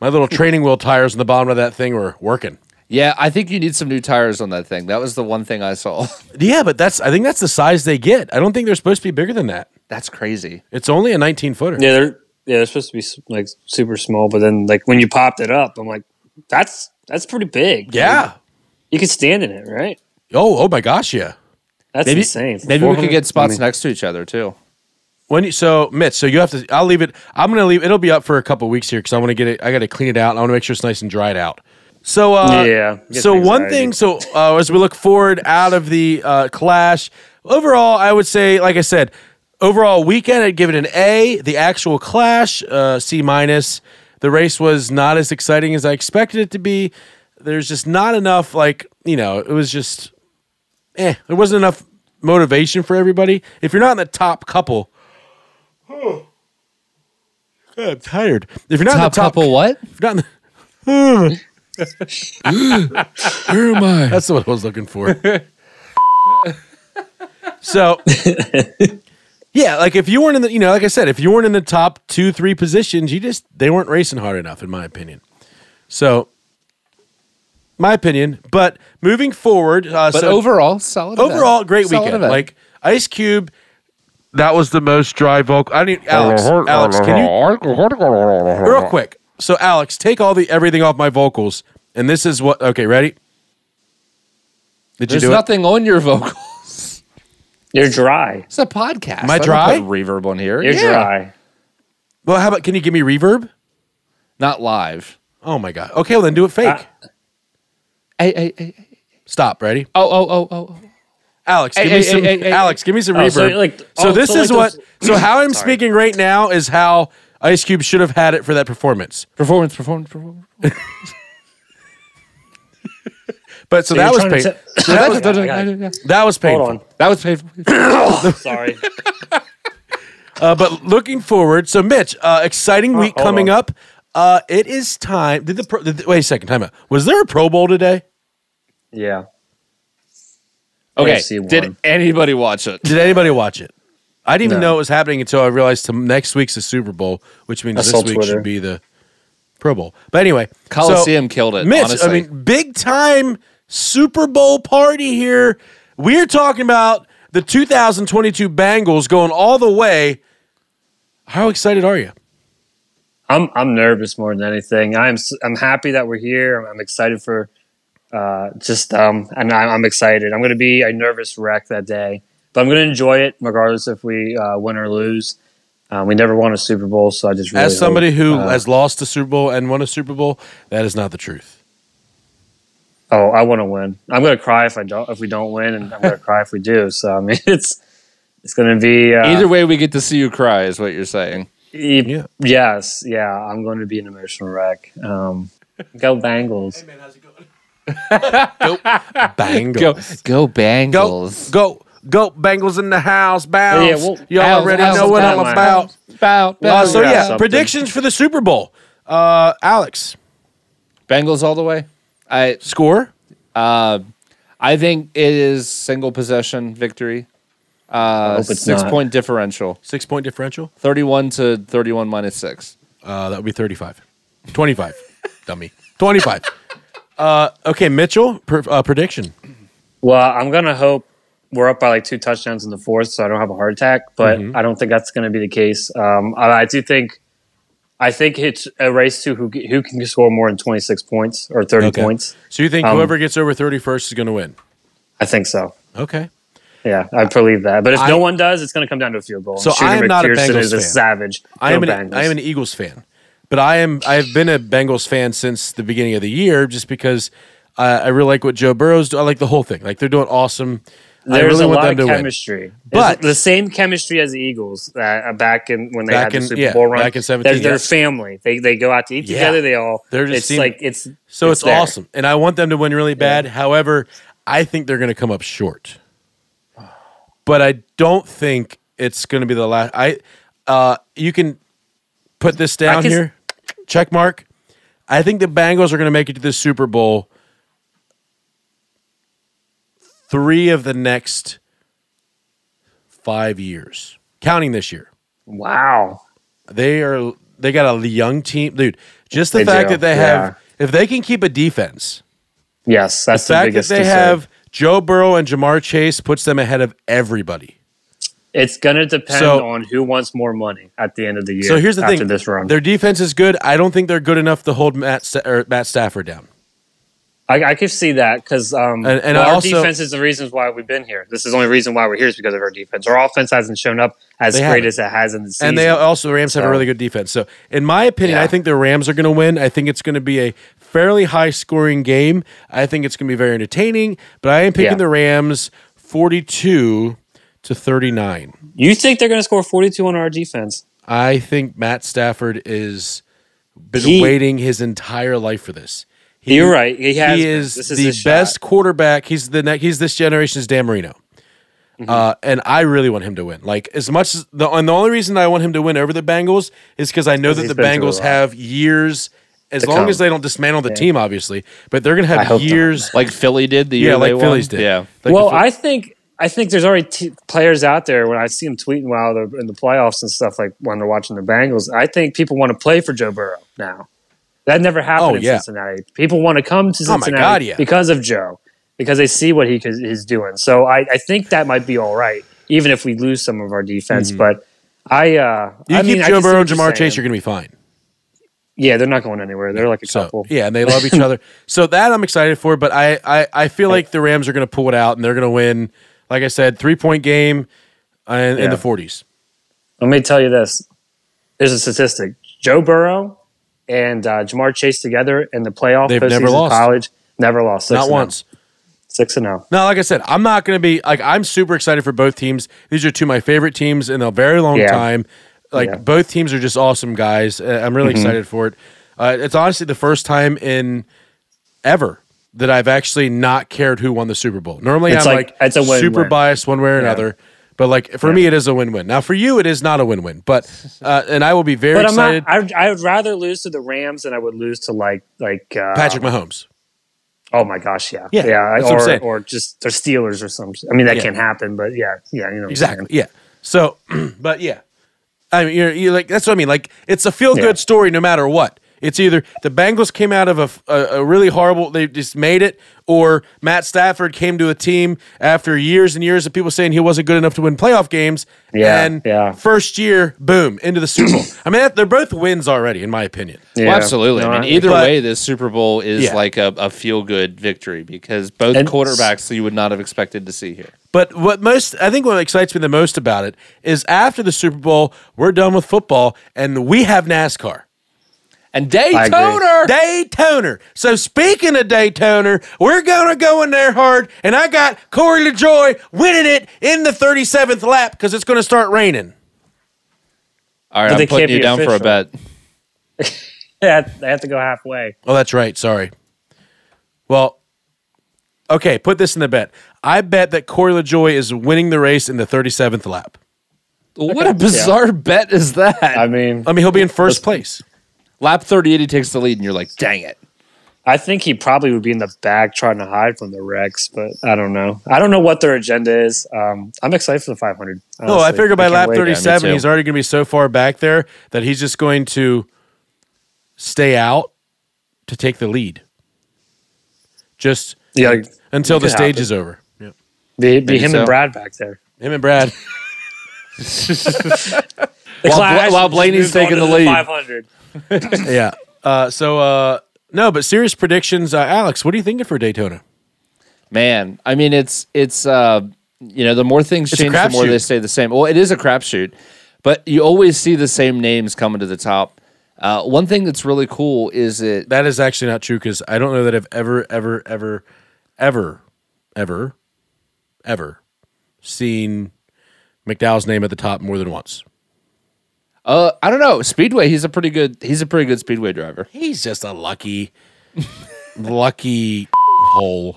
my little training wheel tires on the bottom of that thing were working. Yeah, I think you need some new tires on that thing. That was the one thing I saw. Yeah, but that's I think that's the size they get. I don't think they're supposed to be bigger than that. that's crazy. It's only a nineteen footer. Yeah, they're yeah, they're supposed to be s- like super small, but then like when you popped it up, I'm like, that's that's pretty big. yeah. you could stand in it, right? Oh, oh my gosh, yeah. That's Maybe insane. For maybe we could 400 get I spots mean, next to each other too. When you, so Mitch, so you have to. I'll leave it. I'm gonna leave. It'll be up for a couple weeks here because I want to get it. I got to clean it out. and I want to make sure it's nice and dried out. So uh, Yeah, gets So one anxiety. thing. So uh, as we look forward out of the uh, clash, overall, I would say, like I said, overall weekend, I'd give it an A. The actual clash, uh, C minus. The race was not as exciting as I expected it to be. There's just not enough. Like you know, it was just eh, there wasn't enough motivation for everybody. If you're not in the top couple, God, I'm tired. If you're not in the top couple, what? if you're not in the- Where am I? that's what I was looking for. so, yeah, like if you weren't in the, you know, like I said, if you weren't in the top two, three positions, you just they weren't racing hard enough, in my opinion. So, my opinion. But moving forward, uh, But so overall, solid. event. overall, great Solid weekend. event. Like Ice Cube, that was the most dry vocal. I need Alex. Alex, can you real quick? So Alex, take all the everything off my vocals, and this is what. Okay, ready? Did there's you do nothing on your vocal. You're dry. It's a podcast. Am I don't dry? put reverb on here. You're Yeah. dry. Well, how about can you give me reverb? Not live. Oh my god. Okay, well then do it fake. Ah. Hey, hey, hey, hey. Stop. Ready? Oh, oh, oh, oh. Alex, give Hey, me hey, some. hey, hey, Alex, give me some Oh, reverb. so So, like- oh, this so like is what. those- so how I'm Sorry. speaking right now is how Ice Cube should have had it for that performance. Performance, performance, performance. But so, you're that was trying pain. to t- so that, was, got it, I got that was painful. Hold on. That was painful. Sorry. Uh, but looking forward. So Mitch, uh, exciting week hold coming on. up. Uh, it is time. Did the, pro, did the wait a second time out? Was there a Pro Bowl today? Yeah. Okay. AFC won. Did anybody watch it? Did anybody watch it? I didn't even No. know it was happening until I realized to, next week's the Super Bowl, which means I saw this week Twitter. should be the Pro Bowl. But anyway, so- Coliseum killed it, Mitch, honestly. I mean, big time Super Bowl party here. We're talking about the 2022 Bengals going all the way. How excited are you? I'm I'm nervous more than anything. I'm s- I'm happy that we're here. I'm, I'm excited for uh, just um and I'm, I'm excited. I'm gonna be a nervous wreck that day, but I'm gonna enjoy it regardless if we uh, win or lose. Um, we never won a Super Bowl, so I just really As somebody hope- uh, who has lost a Super Bowl and won a Super Bowl, that is not the truth. oh I want to win. I'm gonna cry if I don't if we don't win, and I'm gonna cry if we do. So I mean it's it's gonna be uh, Either way, we get to see you cry, is what you're saying. e- Yeah. yes yeah I'm going to be an emotional wreck. Um, go Bengals. man, how's it going? go Bengals. Go, go Go, Bengals. go, go, Bengals in the house, bounce. Yeah, well- you Bounce, already bounce, know what bounce. I'm about. Bow, bow. Uh, so Yeah, yeah, something. predictions for the Super Bowl. Uh, Alex, Bengals all the way. I score. I think it is single possession victory. Uh, hope it's six not. point differential. Six point differential. Thirty one to thirty one minus six. Uh, that would be 35. 25. Dummy. 25. Uh, okay, Mitchell, per, uh, prediction. Well, I'm gonna hope we're up by like two touchdowns in the fourth, so I don't have a heart attack. But Mm-hmm. I don't think that's gonna be the case. Um, I, I do think, I think it's a race to who who can score more than 26 points or 30 Okay. points. So you think Um, whoever gets over 31st is going to win? I think so. Okay. Yeah, I believe that. But if I- no one does, it's gonna come down to a field goal. So Shooter I am not a McPherson Bengals is fan. savage. I Go am an Bengals. I am an Eagles fan, but I am I have been a Bengals fan since the beginning of the year, just because uh, I really like what Joe Burrow's. do- I like the whole thing. Like they're doing awesome. I There's really a want lot them to of win. chemistry, But- It's the same chemistry as the Eagles that, uh, back in when they Back had the in- Super yeah, Bowl run. back in They're- 17, they're yeah. family. They they go out to eat Yeah. together. They all. They're just it's seem- like it's So it's, there. awesome, and I want them to win really bad. However, I think they're going to come up short. But I don't think it's going to be the last. I uh, you can put this down can s- here. Check mark. I think the Bengals are going to make it to the Super Bowl. Three of the next five years, counting this year. Wow. They are they got a young team, dude. Just the They fact do, that they yeah. have if they can keep a defense, Yes, the that's the, fact that biggest. they concern. have Joe Burrow and Jamar Chase puts them ahead of everybody. it's going to depend So- on who wants more money at the end of the year. so here's the after thing: this run, their defense is good. I don't think they're good enough to hold Matt Sta- or Matt Stafford down. I, I can see that because um, And- and well, our also- defense is the reasons why we've been here. This is the only reason why we're here is because of our defense. Our offense hasn't shown up as They great haven't. as it has in the season. And they also the Rams have a So- really good defense. So in my opinion, Yeah. I think the Rams are going to win. I think it's going to be a fairly high scoring game. I think it's going to be very entertaining. But I am picking Yeah. the Rams forty two to thirty nine. you think they're going to score forty two on our defense? I think Matt Stafford is been He- waiting his entire life for this. He- You're right. He has. He been. is This is the his shot. best quarterback. He's the ne- he's this generation's Dan Marino. Mm-hmm. Uh, and I really want him to win. Like as much as the and the only reason I want him to win over the Bengals is because I know that he's the been through a Bengals lot. have years. As To long come. as they don't dismantle the team, obviously, but they're gonna have hope not. years. Like Philly did the year Yeah, like they won. Phillies did. Yeah. Like well, the- I think I think there's already t- players out there when I see them tweeting while they're in the playoffs and stuff like when they're watching the Bengals. I think people want to play for Joe Burrow now. That never happened Oh, in yeah. Cincinnati. People want to come to Oh, my Cincinnati God, yeah. because of Joe, because they see what he is he's doing. So I, I think that might be all right, even if we lose some of our defense. But I, uh, Mm-hmm. you I keep mean, I Joe can see Burrow and what Jamar Chase, saying. you're gonna be fine. yeah, they're not going anywhere. They're like a So couple. yeah, and they love each other. So that I'm excited for, but I I, I feel like the Rams are going to pull it out and they're going to win. Like I said, three point game uh, in, in Yeah. the 40s. Let me tell you this. There's a statistic. Joe Burrow and uh, Jamar Chase together in the playoff They've postseason never lost. college never lost. Six Not and once. oh. Six and oh. zero. No, like I said, I'm not going to be like I'm super excited for both teams. These are two of my favorite teams in a very long Yeah. time. Like Yeah. Mm-hmm. both teams are just awesome guys. Uh, I'm really excited for it. Uh, it's honestly the first time in ever that I've actually not cared who won the Super Bowl. Normally, It's I'm like- like, it's a win-win. super biased one way or another. But like for me, it is a win-win. Now for you, it is not a win-win. But uh, and I will be very But I'm excited. not. I, would- I would rather lose to the Rams than I would lose to like like uh, Patrick Mahomes. Oh my gosh, yeah, Yeah, yeah. that's what I'm or saying. or just the Steelers or something. I mean, that Yeah. can't happen. But yeah, yeah, you know what I'm Exactly. saying. Yeah. So, but yeah, I mean, you're, you're like that's what I mean. Like it's a feel good Yeah. story no matter what. It's either the Bengals came out of a, f- a- a really horrible, they just made it, or Matt Stafford came to a team after years and years of people saying he wasn't good enough to win playoff games. Yeah, And yeah. first year, boom, into the Super Bowl. I mean, that, they're both wins already, in my opinion. Yeah. Well, absolutely. No, I mean, I- either But- way, this Super Bowl is Yeah. like a, a feel good victory because both And- quarterbacks you would not have expected to see here. But what most, I think what excites me the most about it is after the Super Bowl, we're done with football and we have NASCAR. And agree. Daytona. Daytoner. So speaking of Daytoner, we're gonna go in there hard, and I got Corey LaJoy winning it in the 37th lap because it's gonna start raining. But All right, they I'm can't putting you be down for a official. bet. Yeah, they have to go halfway. Oh, that's right. Sorry. Well, okay. Put this in the bet. I bet that Corey LaJoy is winning the race in the 37th lap. What a bizarre bet is that? I mean, I mean, he'll be in first place. Lap 38, he takes the lead, and you're like, dang it. I think he probably would be in the back trying to hide from the wrecks, but I don't know. I don't know what their agenda is. Um, I'm excited for the 500. Oh, No, Oh, I honestly. figure by can't lap wait. 37, Yeah, me he's too. already gonna be so far back there that he's just going to stay out to take the lead. Just Yeah, like, until the could stage happen. is over. be, be him so. and Brad back there. Him and Brad. The While Clash Bla- while just Blaney's moved on taking to the lead. 500. yeah. Uh, so uh, no, but serious predictions. Uh, Alex, what are you thinking for Daytona? Man, I mean, it's it's uh, you know, the more things a change, the more crapshoot. they stay the same. Well, it is a crapshoot, but you always see the same names coming to the top. Uh, one thing that's really cool is it. That is actually not true because I don't know that I've ever, ever, ever, ever, ever, ever seen McDowell's name at the top more than once. Uh, I don't know. Speedway, he's a pretty good. He's a pretty good speedway driver. He's just a lucky, lucky hole.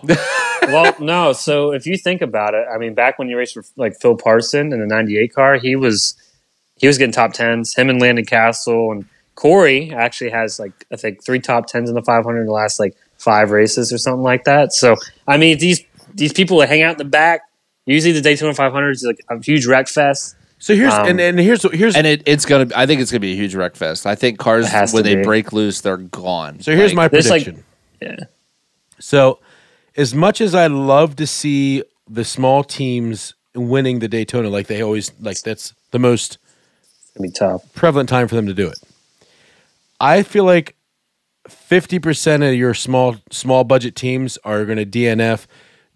well, no. So if you think about it, I mean, back when you raced with like Phil Parson in the '98 car, he was he was getting top tens. Him and Landon Castle and Corey actually has like I think three top tens in the 500 in the last like five races or something like that. So I mean, these these people that hang out in the back, usually the Daytona 500 is like a huge wreck fest. So here's Um, and, and here's here's And it, it's gonna. I think it's gonna be a huge wreck fest. I think cars It has when to they be. break loose, they're gone. So here's Like, my there's, like- prediction. yeah. So, as much as I love to see the small teams winning the Daytona, like they always like, that's the most It's gonna be tough. prevalent time for them to do it. I feel like fifty percent of your small small budget teams are going to DNF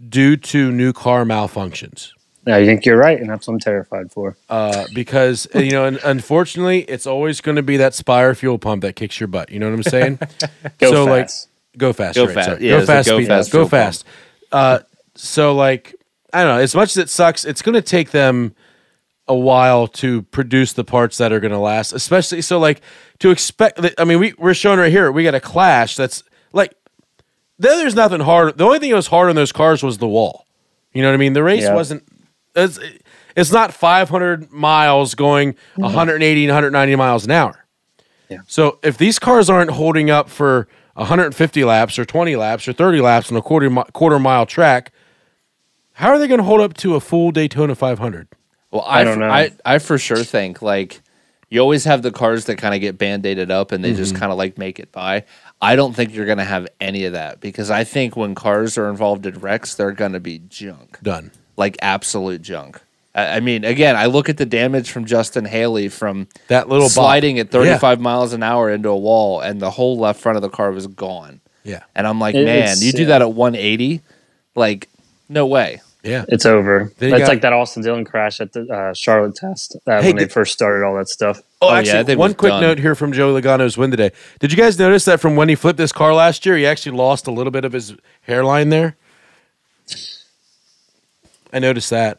due to new car malfunctions. No, you think you're right, and that's what I'm terrified for. Uh, because you know, and unfortunately, it's always going to be that Spire fuel pump that kicks your butt. You know what I'm saying? Go so fast. like, go fast, Go right, fast. sorry. Yeah, go it's a fast, go speed, fast go fuel pump. fast. Uh, so like, I don't know. As much as it sucks, it's going to take them a while to produce the parts that are going to last. Especially so like to expect. that- I mean, we we're showing right here. We got a clash. That's like then there's nothing hard. The only thing that was hard on those cars was the wall. You know what I mean? The race Yeah. wasn't. It's, it's not 500 miles going 180 and 190 miles an hour. Mm-hmm. Yeah. So if these cars aren't holding up for 150 laps or 20 laps or 30 laps on a quarter mi- quarter mile track, how are they going to hold up to a full Daytona 500? Well, I, don't f- know. I, I for sure think like you always have the cars that kind of get band-aided up and they just kind of like make it by. I don't think you're going to have any of that because I think when cars are involved in wrecks, they're going to be junk, Done. like absolute junk. I, I mean, again, I look at the damage from Justin Haley from That little bop. sliding at Yeah. 35 miles an hour into a wall, and the whole left front of the car was gone. Yeah. And I'm like, It- man, it's- you do yeah. that at 180, like, no way. Yeah. It's over. They That's got- like that Austin Dillon crash at the uh, Charlotte test uh, Hey, when they did- first started all that stuff. Oh, Oh, yeah, actually, they one was quick done. note here from Joe Logano's win today. Did you guys notice that from when he flipped his car last year, he actually lost a little bit of his hairline there? I noticed that.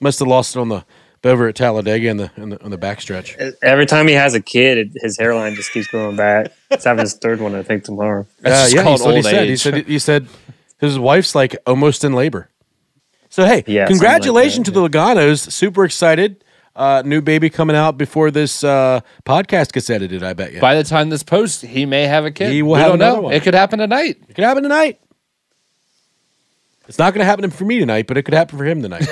Must have lost it on the over at Talladega in the, in the on the backstretch. Every time he has a kid, it, his hairline just keeps growing back. He's having his third one, I think, tomorrow. That's just yeah, called that's what he old said. He age. said he said his wife's like almost in labor. So Yeah, hey, something like congratulations that, to the Logano's. Super excited. Uh, new baby coming out before this uh, podcast gets edited. I bet you. By the time this post, he may have a kid. He will we have don't know. another one. It could happen tonight. It could happen tonight. It's not going to happen for me tonight, but it could happen for him tonight.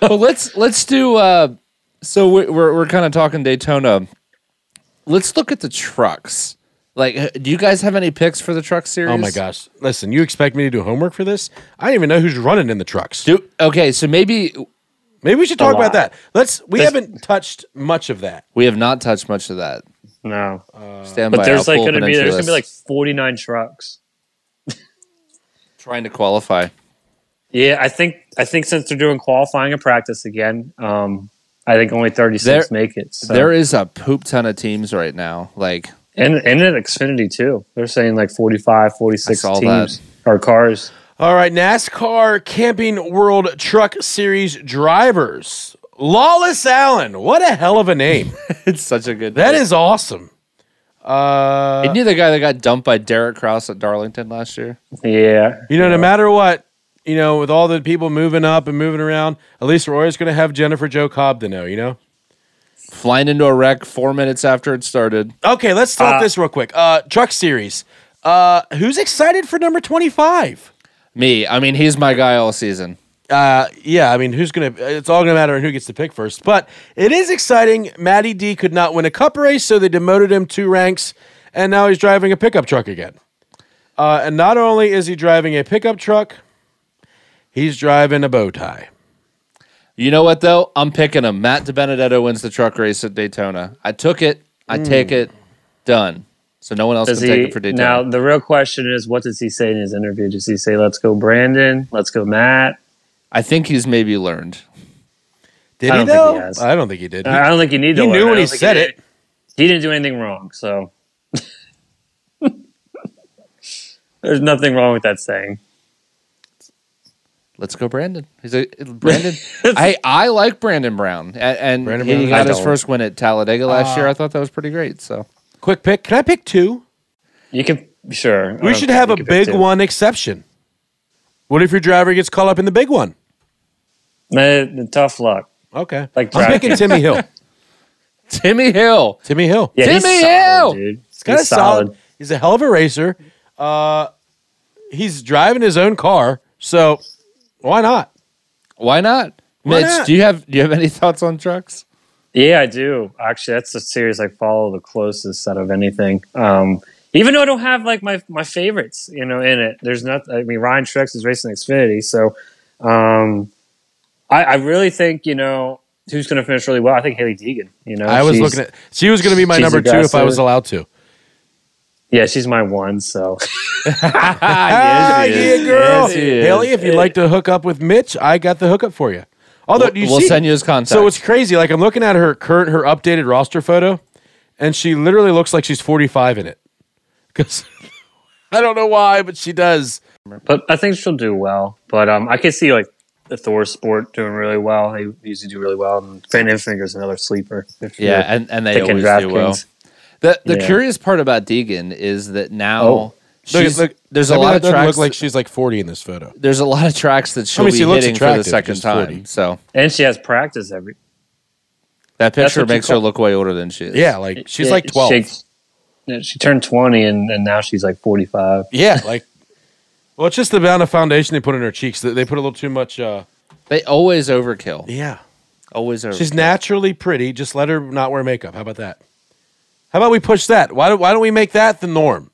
well, let's let's do. Uh, so we're we're, we're kind of talking Daytona. Let's look at the trucks. Like, h- do you guys have any picks for the truck series? oh my gosh! Listen, you expect me to do homework for this? I don't even know who's running in the trucks. Do okay. So maybe Maybe we should talk about lot. that. Let's. We There's- haven't touched much of that. we have not touched much of that. No, Uh, Stand but by. there's I'll like pull up gonna an be entry there's gonna be like list. 49 trucks. trying to qualify. Yeah, I think I think since they're doing qualifying and practice again, um, I think only 36 make it. So. There is a poop ton of teams right now. Like, and and at Xfinity too, they're saying like 45, 46 I saw teams or cars. All right, NASCAR Camping World Truck Series drivers. Lawless Allen. What a hell of a name. it's such a good. that is awesome. Uh, Isn't he the guy that got dumped by Derek Kraus at Darlington last year? Yeah, You know, no matter what, you know, with all the people moving up and moving around, at least we're always going to have Jennifer Joe Cobb to know, you know? Flying into a wreck four minutes after it started. Okay, let's stop Uh, this real quick. Uh, truck series. Uh, who's excited for number 25? Me. I mean, he's my guy all season. Uh, yeah, I mean, who's going to, it's all going to matter on who gets to pick first, but it is exciting. Matty D could not win a cup race, so they demoted him two ranks, and now he's driving a pickup truck again. Uh, and not only is he driving a pickup truck, he's driving a bow tie. You know what though? I'm picking him. Matt DiBenedetto wins the truck race at Daytona. I took it. Hmm. I take it. Done. So no one else Does can take he, it for Daytona. now the real question is, what does he say in his interview? Does he say, "Let's go, Brandon"? "Let's go, Matt"? I think he's maybe learned. Did I he don't think though? he has. I don't think he did. I don't think you need to. he learn. I knew when don't he think said did. it. He didn't do anything wrong, so there's nothing wrong with that saying. Let's go, Brandon. He's a uh, Brandon. I I like Brandon Brown, and, and Brandon he Brown? Uh. got I his don't. first win at Talladega last year. I thought that was pretty great. So Quick pick. Can I pick two? You can sure. We should have a big one exception. What if your driver gets caught up in the big one? tough luck. Okay. Like I'm drag picking king. Timmy Hill. Timmy Hill. Timmy Hill. Yeah, he's Timmy Hill! solid, dude. He's got a He's solid. solid. He's a hell of a racer. Uh, he's driving his own car, so why not? Why not? Why Mitch, not? do you have do you have any thoughts on trucks? Yeah, I do. Actually, that's the series I follow the closest out of anything. Um, even though I don't have like my my favorites, you know, in it. There's not. I mean, Ryan Trex is racing Xfinity, so um, I, I really think you know who's going to finish really well. I think Haley Deegan. You know, I was she's- looking at. She was going to be my she's number two if I aggressive. was allowed to. Yeah, she's my one. So Ah, yes, he yeah, is. girl. Yes, he is. Haley, if you'd like to hook up with Mitch, I got the hookup for you. Although, do you we'll see, send you his contact. So it's crazy. Like I'm looking at her current, her updated roster photo, and she literally looks like she's 45 in it. Because I don't know why, but she does. but I think she'll do well. But um, I can see like the Thor Sport doing really well. He usually do really well. And Fan Infinger's another sleeper. If yeah, you're and, and they picking always do DraftKings. well. The the Yeah. curious part about Deegan is that now Oh. she's, Look- look, there's I a mean, lot that of doesn't tracks. Look like she's like 40 in this photo. there's a lot of tracks that she'll mean, be she looks hitting for the attractive, second just time. 40. So And she has practice every that That's picture what you makes her call- look way older than she is. Yeah, like she's Yeah, like 12. She, yeah, she turned 20 and, and now she's like 45. Yeah, like. Well, it's just the amount of foundation they put in her cheeks. They they put a little too much. Uh, they always overkill. yeah, Always overkill. she's naturally pretty. Just let her not wear makeup. How about that? How about we push that? Why don't Why don't we make that the norm?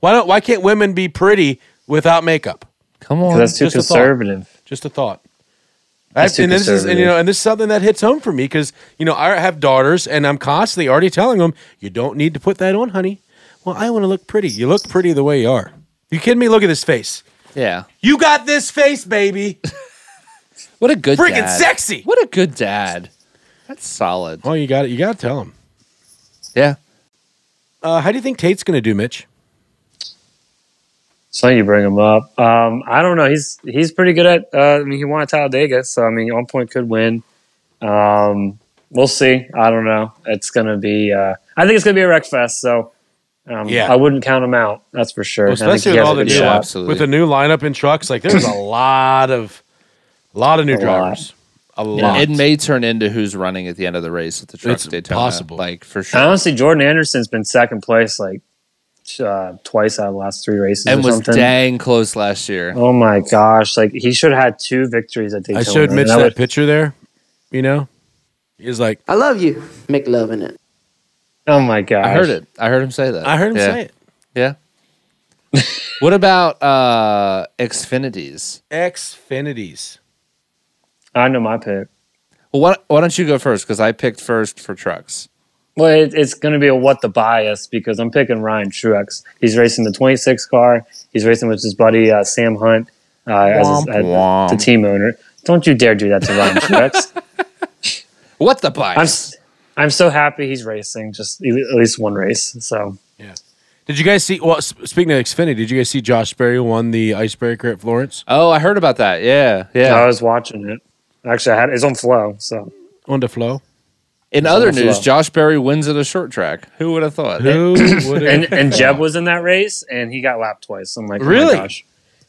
Why don't Why can't women be pretty without makeup? Come 'Cause on, That's too Just a thought. conservative. Just a thought. That's I- and too this is, and, you conservative. know, and this is something that hits home for me because you know I have daughters, and I'm constantly already telling them, "You don't need to put that on, honey." Well, I want to look pretty. You look pretty the way you are. You kidding me? Look at this face. Yeah. You got this face, baby. What a good Freaking dad. sexy. What a good dad. That's solid. Oh, you got it. You got to tell him. Yeah. Uh, how do you think Tate's going to do, Mitch? It's funny you bring him up. Um, I don't know. He's he's pretty good at. Uh, I mean, he won at Talladega, so I mean, on point could win. Um, we'll see. I don't know. It's gonna be. Uh, I think it's gonna be a wreck fest. So um, Yeah. I wouldn't count him out. That's for sure. Well, I think especially he with has all a the good new uh, shot. shot. Absolutely. with the new lineup in trucks. Like there's a lot of, lot of new A lot. drivers. A lot. It may turn into who's running at the end of the race at the truck It's Daytona. possible. Like for sure. Honestly, Jordan Anderson's been second place like uh, twice out of the last three races. and or was something. dang close last year. Oh my gosh! Like he should have had two victories at Daytona. I showed Mitch and I that would- picture there. You know, he's like, I love you. Make love in it. Oh my gosh! I heard it. I heard him say that. I heard him Yeah. say it. Yeah. what about uh Xfinities? Xfinities. I know my pick. Well, why, why don't you go first? Because I picked first for trucks. Well, it, it's going to be a what the bias because I'm picking Ryan Truex. He's racing the 26 car. He's racing with his buddy uh, Sam Hunt uh, as, his, Womp as womp. the team owner. Don't you dare do that to Ryan Truex. What the I'm bias? s- I'm so happy he's racing just e- at least one race. So Did you guys see? Well, s- speaking of Xfinity, did you guys see Josh Berry won the icebreaker at Florence oh, I heard about that. Yeah, I yeah. was watching it. Actually, I had it's on flow. So on the flow? In it's other on the news, flow. Josh Berry wins at a short track. Who would have thought? Who would and and Jeb was in that race and he got lapped twice. I'm like, oh Really? my gosh.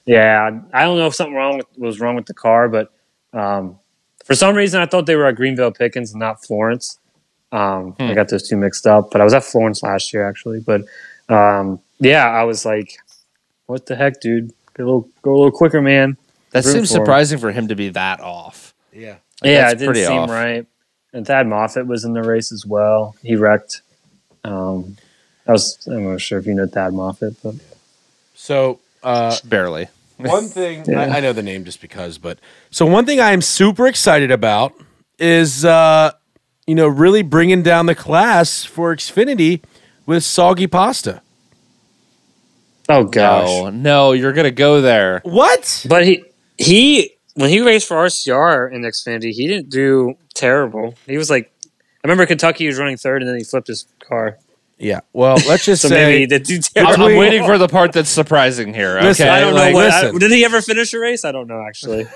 Yeah, I don't know if something wrong with, was wrong with the car, but um, for some reason I thought they were at Greenville Pickens and not Florence. Um, Hmm. I got those two mixed up, but I was at Florence last year actually. But um, yeah, I was like, what the heck, dude? Go a little, go a little quicker, man. That Root seems for him. surprising for him to be that off. Yeah. yeah, that's it didn't pretty seem off. right. And Thad Moffitt was in the race as well. He wrecked. Um, I was I'm not sure if you know Thad Moffitt, but So uh, Barely. one thing Yeah. I, I know the name just because, but so one thing I am super excited about is uh, you know really bringing down the class for Xfinity with soggy pasta. oh gosh. No, no, you're gonna go there. What? But he he when he raced for RCR in Xfinity, he didn't do terrible. He was like, I remember Kentucky he was running third, and then he flipped his car. Yeah. Well, let's just So say maybe he did do I'm, terrible. I'm waiting for the part that's surprising here. Okay, Listen, I don't know. like- what, I- listen. did he ever finish a race? I don't know actually.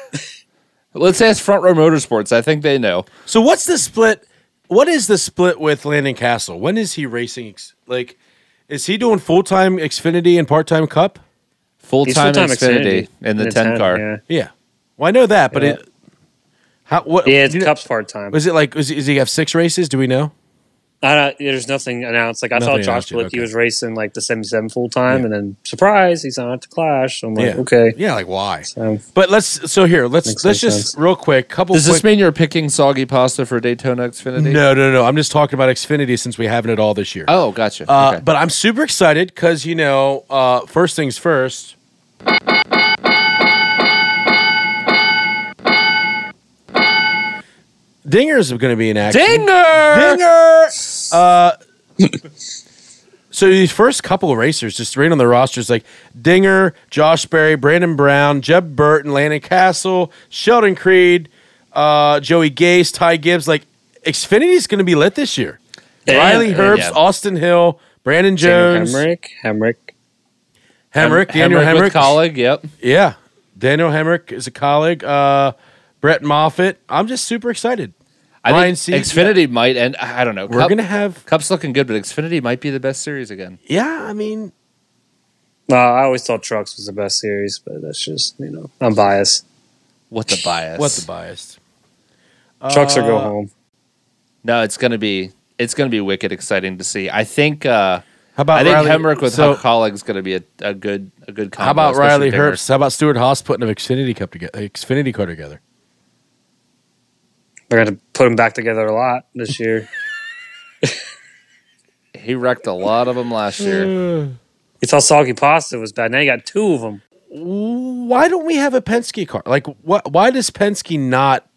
let's ask Front Row Motorsports. I think they know. So what's the split? What is the split with Landon Castle? When is he racing? Ex- Like, is he doing full time Xfinity and part time Cup? Full He's time full-time Xfinity in the ten car. Yeah, Yeah. Well, I know that, but Yeah. it. How? What? yeah it's you know- Cups part time. Was it like? Was, is he have six races? Do we know? I don't, there's nothing announced. Like I Nothing thought Josh announced yet, Blick okay. he was racing like the 77 full time, and then surprise, he's on at the Clash. I'm like, yeah. okay. Yeah. Like why? So, But let's. So here, let's Makes let's no just sense. real quick. Couple. Does quick, this mean you're picking soggy pasta for Daytona Xfinity? No, no, no. I'm just talking about Xfinity since we haven't at all this year. Oh, gotcha. Uh, okay. But I'm super excited because you know, uh, first things first. Dingers are going to be in action. Dinger! Dinger. Uh, so these first couple of racers, just right on the rosters, like Dinger, Josh Berry, Brandon Brown, Jeb Burton, Landon Castle, Sheldon Creed, uh, Joey Gase, Ty Gibbs. Like Xfinity is going to be lit this year. Yeah. Riley Yeah. Herbst, Yeah. Austin Hill, Brandon Daniel Jones, Hemrick, Hemrick. Hemrick, Hem- Daniel Hemrick with Hemrick, colleague. Yep. yeah, Daniel Hemrick is a colleague. Uh, Brett Moffitt. I'm just super excited. I Ryan think Seacrest. Xfinity might, and I don't know. We're Cup- gonna have Cup's looking good, but Xfinity might be the best series again. yeah. I mean, Uh, I always thought Trucks was the best series, but that's just you know I'm biased. What the bias? what's the bias? Trucks or go Uh, home. No, it's gonna be it's gonna be wicked exciting to see. I think uh, How about I think Riley, Hemrick with so, so, colleague is gonna be a, a good a good combo. How about especially Riley Dinger. Herbst? How about Stuart Haas putting an Xfinity Cup together? Xfinity car together. They're going to put them back together a lot this year. He wrecked a lot of them last Hmm. year. you thought soggy pasta was bad. Now you got two of them. Why don't we have a Penske car? Like, what? Why does Penske not?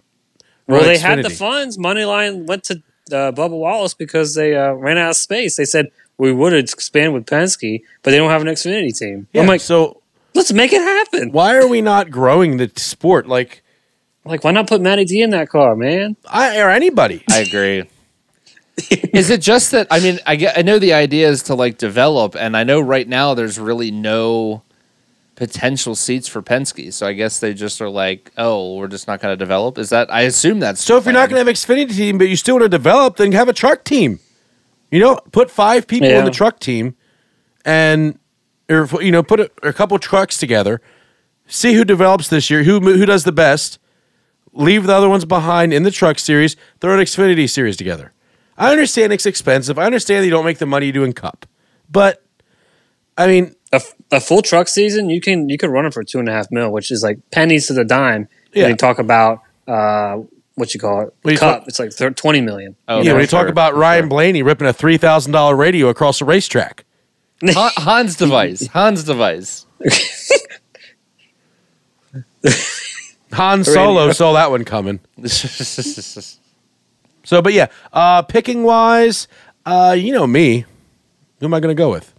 Well, run they had the Xfinity? funds. Moneyline went to uh, Bubba Wallace because they uh, ran out of space. They said we would expand with Penske, but they don't have an Xfinity team. Yeah, I'm like, so Let's make it happen. Why are we not growing the sport? Like Like, why not put Matty D in that car, man? I or anybody? I agree. is it just that? I mean, I, get- I know the idea is to like develop, and I know right now there's really no potential seats for Penske, so I guess they just are like, oh, we're just not going to develop. Is that? I assume that's So if you're not going to have Xfinity team, but you still want to develop, then have a truck team. You know, put five people Yeah. in the truck team, and or you know, put a, a couple trucks together. See who develops this year, who who does the best. Leave the other ones behind in the truck series. Throw an Xfinity series together. I understand it's expensive. I understand you don't make the money you do in Cup, but I mean, A, f- a full truck season, you can you could run it for two and a half mil, which is like pennies to the dime. Yeah. When you talk about uh, what you call it, What you cup, talk- it's like thir- twenty million. Oh, yeah, for when you talk sure. about Ryan Blaney ripping a three thousand dollar radio across a racetrack, Han- Hans device, Hans device. Han Solo saw that one coming. So, but yeah, uh, picking wise, uh, you know me. Who am I going to go with?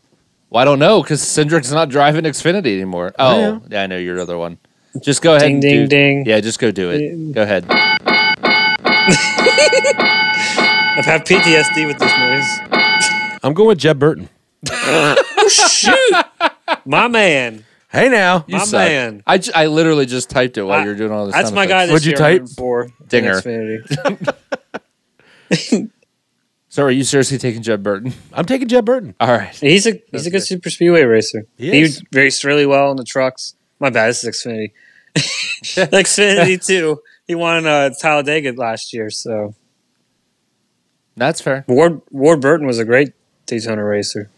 Well, I don't know because Cindric's not driving Xfinity anymore. Oh, yeah. yeah. I know your other one. Just go ahead Ding, and ding, do, ding. Yeah, just go do it. Go ahead. I've had PTSD with this noise. I'm going with Jeb Burton. Oh, My man, Hey now, You My suck. man. I, ju- I literally just typed it while I- you were doing all this. that's my guy. This What'd you year type? I'm rooting for Dinger. in Xfinity. So are you seriously taking Jeb Burton? I'm taking Jeb Burton. All right. He's a he's a good super speedway racer. He He, is. raced really well in the trucks. My bad, this is Xfinity. Xfinity too. He won uh, Talladega last year, so That's fair. Ward Ward Burton was a great Daytona racer.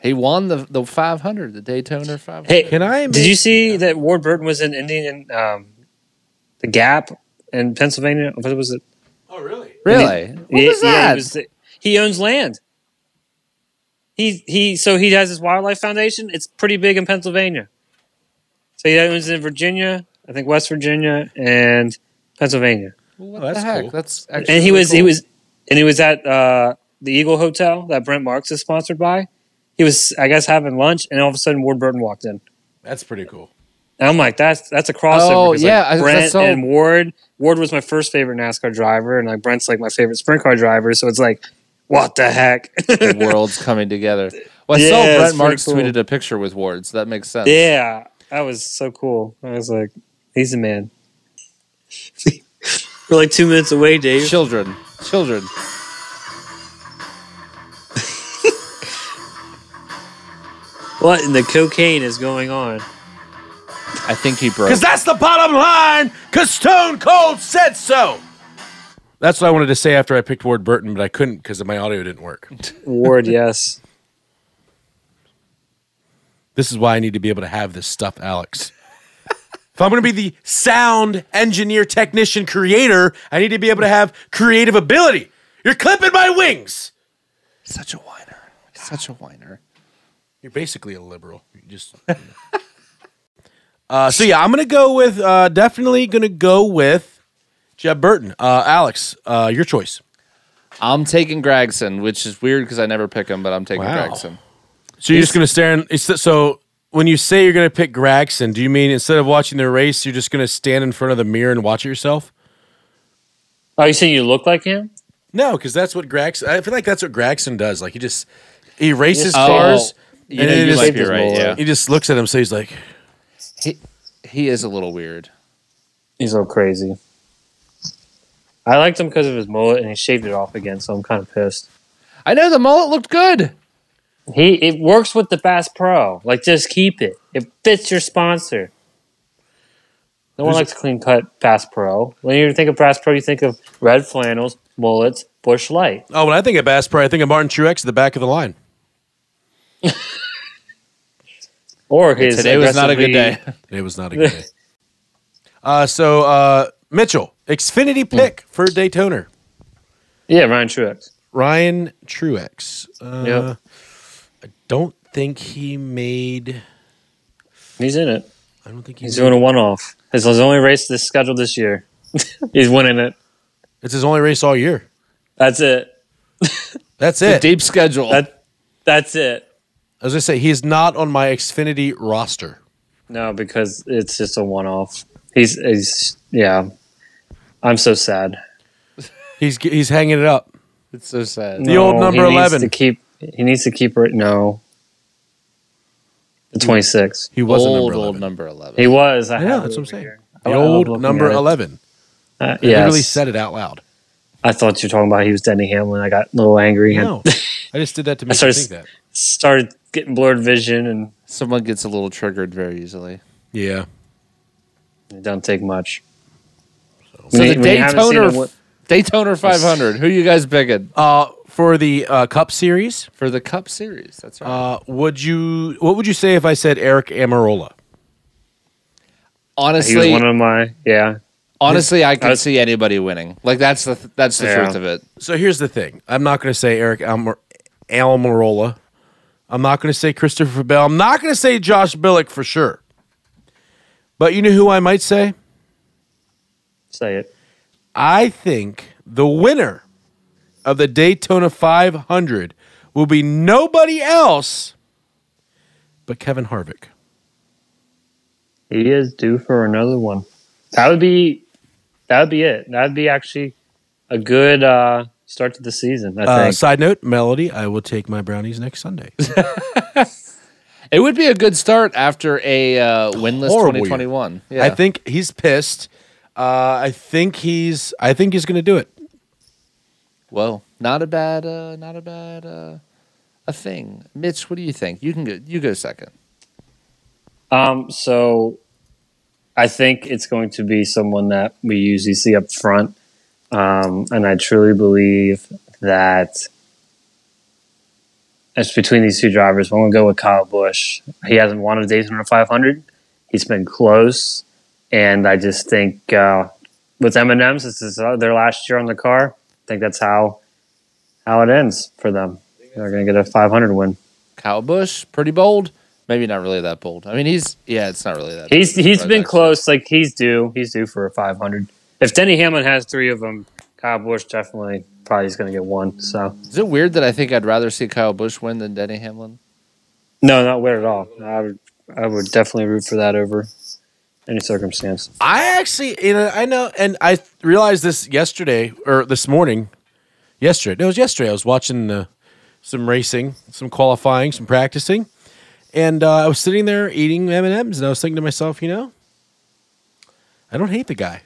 He won the, the 500, the Daytona 500. Hey, Can I? did you see that Ward Burton was in Indian um, the Gap in Pennsylvania? What was it? Oh really? really? What Yeah, yeah, he was that? was the- he owns land. He he. So he has his wildlife foundation. It's pretty big in Pennsylvania. So he owns it in Virginia, I think West Virginia and Pennsylvania. what Oh, that's the heck? cool. That's actually And he really was he cool. was and he was at uh, the Eagle Hotel that Brent Marks is sponsored by. He was, I guess, having lunch, and all of a sudden Ward Burton walked in. That's pretty cool. And I'm like, that's that's a crossover. Oh, 'cause, yeah, I- like, that's Brent so- and Ward. Ward was my first favorite NASCAR driver, and like Brent's like my favorite sprint car driver. So it's like, what the heck? the world's coming together. Well, I Yeah, saw it's Brett pretty Marks cool. tweeted a picture with Ward, so that makes sense. yeah, that was so cool. I was like, he's a man. We're like two minutes away, Dave. Children. Children. What in the cocaine is going on? I think he broke. Because that's the bottom line. Because Stone Cold said so. That's what I wanted to say after I picked Ward Burton, but I couldn't because my audio didn't work. Ward, yes. This is why I need to be able to have this stuff, Alex. if I'm going to be the sound engineer, technician, creator, I need to be able to have creative ability. You're clipping my wings. Such a whiner. Such a whiner. You're basically a liberal. You just. uh, so yeah, I'm gonna go with uh, definitely gonna go with Jeb Burton. Uh, Alex, uh, your choice. I'm taking Gregson, which is weird because I never pick him, but I'm taking Wow. Gregson. So you're just gonna stare and it's so. When you say you're going to pick Gregson, do you mean instead of watching the race, you're just going to stand in front of the mirror and watch it yourself? Are Oh, you saying you look like him? No, because that's what Gregson. I feel like that's what Gregson does. Like he just he races Oh, cars. you and know, then you he might just- be right. Yeah. He just looks at him, so he's like, He, he is a little weird. He's so crazy. I liked him because of his mullet, and he shaved it off again, so I'm kind of pissed. I know the mullet looked good. He it works with the Bass Pro. Like just keep it. It fits your sponsor. No one There's- likes clean cut Bass Pro. When you think of Bass Pro, you think of red flannels, mullets, bush light. "Oh, when I think of Bass Pro, I think of Martin Truex at the back of the line." Or his Today was not a good day. aggressively- It was not a good day. uh, so uh, Mitchell, Xfinity pick for Daytona. Yeah, Ryan Truex. Ryan Truex. Uh, Uh-huh. Yep. I don't think he made. He's in it. I don't think he He's made- doing a one off. It's his only race this scheduled this year. He's winning it. It's his only race all year. That's it. That's The it. deep schedule. That that's it. I was gonna say he's not on my Xfinity roster. No, because it's just a one off. He's, he's, yeah. I'm so sad. He's he's hanging it up. It's so sad. The old number he needs 11. to keep. He needs to keep. Right, no, the twenty six. He was a Old, number old 11. number 11. He was. I Yeah, have it that's what I'm over saying. here. The I love old looking number at it. eleven. Uh, I literally yes. said it out loud. I thought you were talking about he was Denny Hamlin. I got a little angry and No, I just did that to make you started- think that. started getting blurred vision, and Someone gets a little triggered very easily. Yeah, it don't take much. So When the you- when you haven't seen Daytona, him win- Daytona 500. Who you guys picking uh, for the uh, Cup Series, for the Cup Series? That's right. uh, would you? What would you say if I said Eric Amarola? he was honestly, one of my yeah. honestly, I could was- see anybody winning. Like that's the th- that's the Yeah. truth of it. So here's the thing. I'm not going to say Eric Almer- Almirola. I'm not going to say Christopher Bell. I'm not going to say Josh Billick for sure. But you know who I might say? Say it. I think the winner of the Daytona 500 will be nobody else but Kevin Harvick. He is due for another one. That would be. That would be it. That would be actually a good uh, start to the season. I Uh, think. side note, Melody, I will take my brownies next Sunday. It would be a good start after a uh, winless Horrible year. 2021. Yeah. I think he's pissed. Uh, I think he's I think he's going to do it. Well, not a bad, uh, not a bad, uh, a thing. Mitch, what do you think? You can go. You go second. Um, so I think it's going to be someone that we usually see up front. Um, and I truly believe that it's between these two drivers. I'm going to go with Kyle Busch. He hasn't won a Daytona 500. He's been close. And I just think uh, with M&M's, this is uh, their last year on the car. I think that's how how it ends for them. They're going to get a 500 win. Kyle Bush, pretty bold. Maybe not really that bold. I mean, he's yeah, it's not really that. He's bold, he's but been actually- close. Like he's due. He's due for a 500. If Denny Hamlin has three of them, Kyle Busch definitely probably is going to get one. So Is it weird that I think I'd rather see Kyle Bush win than Denny Hamlin? no, not weird at all. I would I would definitely root for that over any circumstance. I actually, you know, I know, and I th- realized this yesterday or this morning. Yesterday, no, it was yesterday. I was watching uh, some racing, some qualifying, some practicing, and uh, I was sitting there eating M and M's, and I was thinking to myself, you know, I don't hate the guy.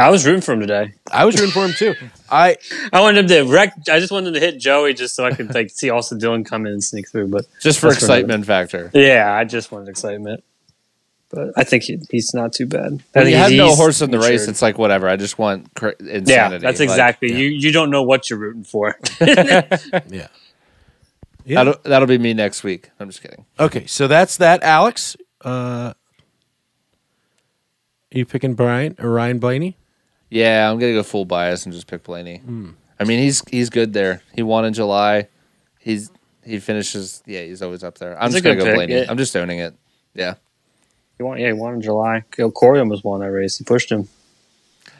I was rooting for him today. I was rooting for him too. I I wanted him to wreck. I just wanted him to hit Joey just so I could like see Austin Dillon come in and sneak through. But Just for That's right. excitement factor. yeah, I just wanted excitement. But I think he, he's not too bad. I When think you have he's- no he's horse in the race, matured. it's like whatever. I just want cra- insanity. yeah, that's Like, exactly. You you don't know what you're rooting for. yeah. that'll, that'll be me next week. I'm just kidding. Okay, so that's that, Alex. Uh, you picking Brian or Ryan Blaney? Yeah, I'm gonna go full bias and just pick Blaney. I mean, he's he's good there. He won in July. He's he finishes. Yeah, he's always up there. I'm That's a just gonna good go pick, Blaney. yeah. I'm just owning it. Yeah, He won, yeah, he won in July. Yo, Corey almost won that race. He pushed him.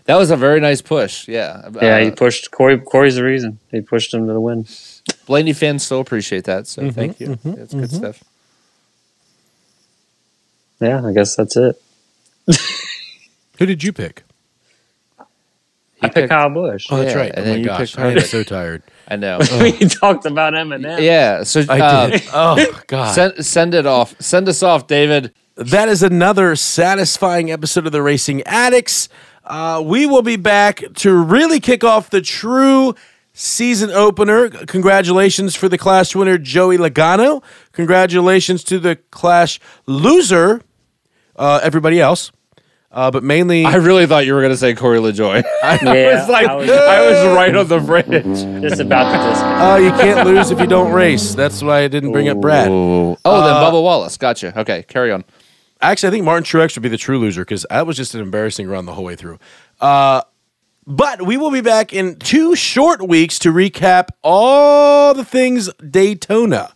that was a very nice push. Yeah, Yeah, Uh, he pushed Corey. Corey's the reason he pushed him to the win. Blaney fans still appreciate that. So Mm-hmm, thank you. That's good stuff. Yeah, I guess that's it. Who did you pick? I He picked, picked- Kyle Bush. Oh, that's Yeah, right. Oh and then my you gosh, picked I am Harvick. so tired. I know. we talked about Eminem. oh. yeah. So uh, oh God, send send it off. Send us off, David. that is another satisfying episode of the Racing Addicts. Uh, we will be back to really kick off the true season opener. Congratulations for the Clash winner Joey Logano. Congratulations to the Clash loser, uh, everybody else, uh, but mainly I really thought you were gonna say Corey LaJoy. I Yeah, was like, I was- I was right on the bridge. just about to discount. Oh, you can't lose if you don't race. That's why I didn't bring up Brad. Oh, then Bubba Wallace. Gotcha. Okay, carry on. Actually, I think Martin Truex would be the true loser because that was just an embarrassing run the whole way through. Uh, but we will be back in two short weeks to recap all the things Daytona.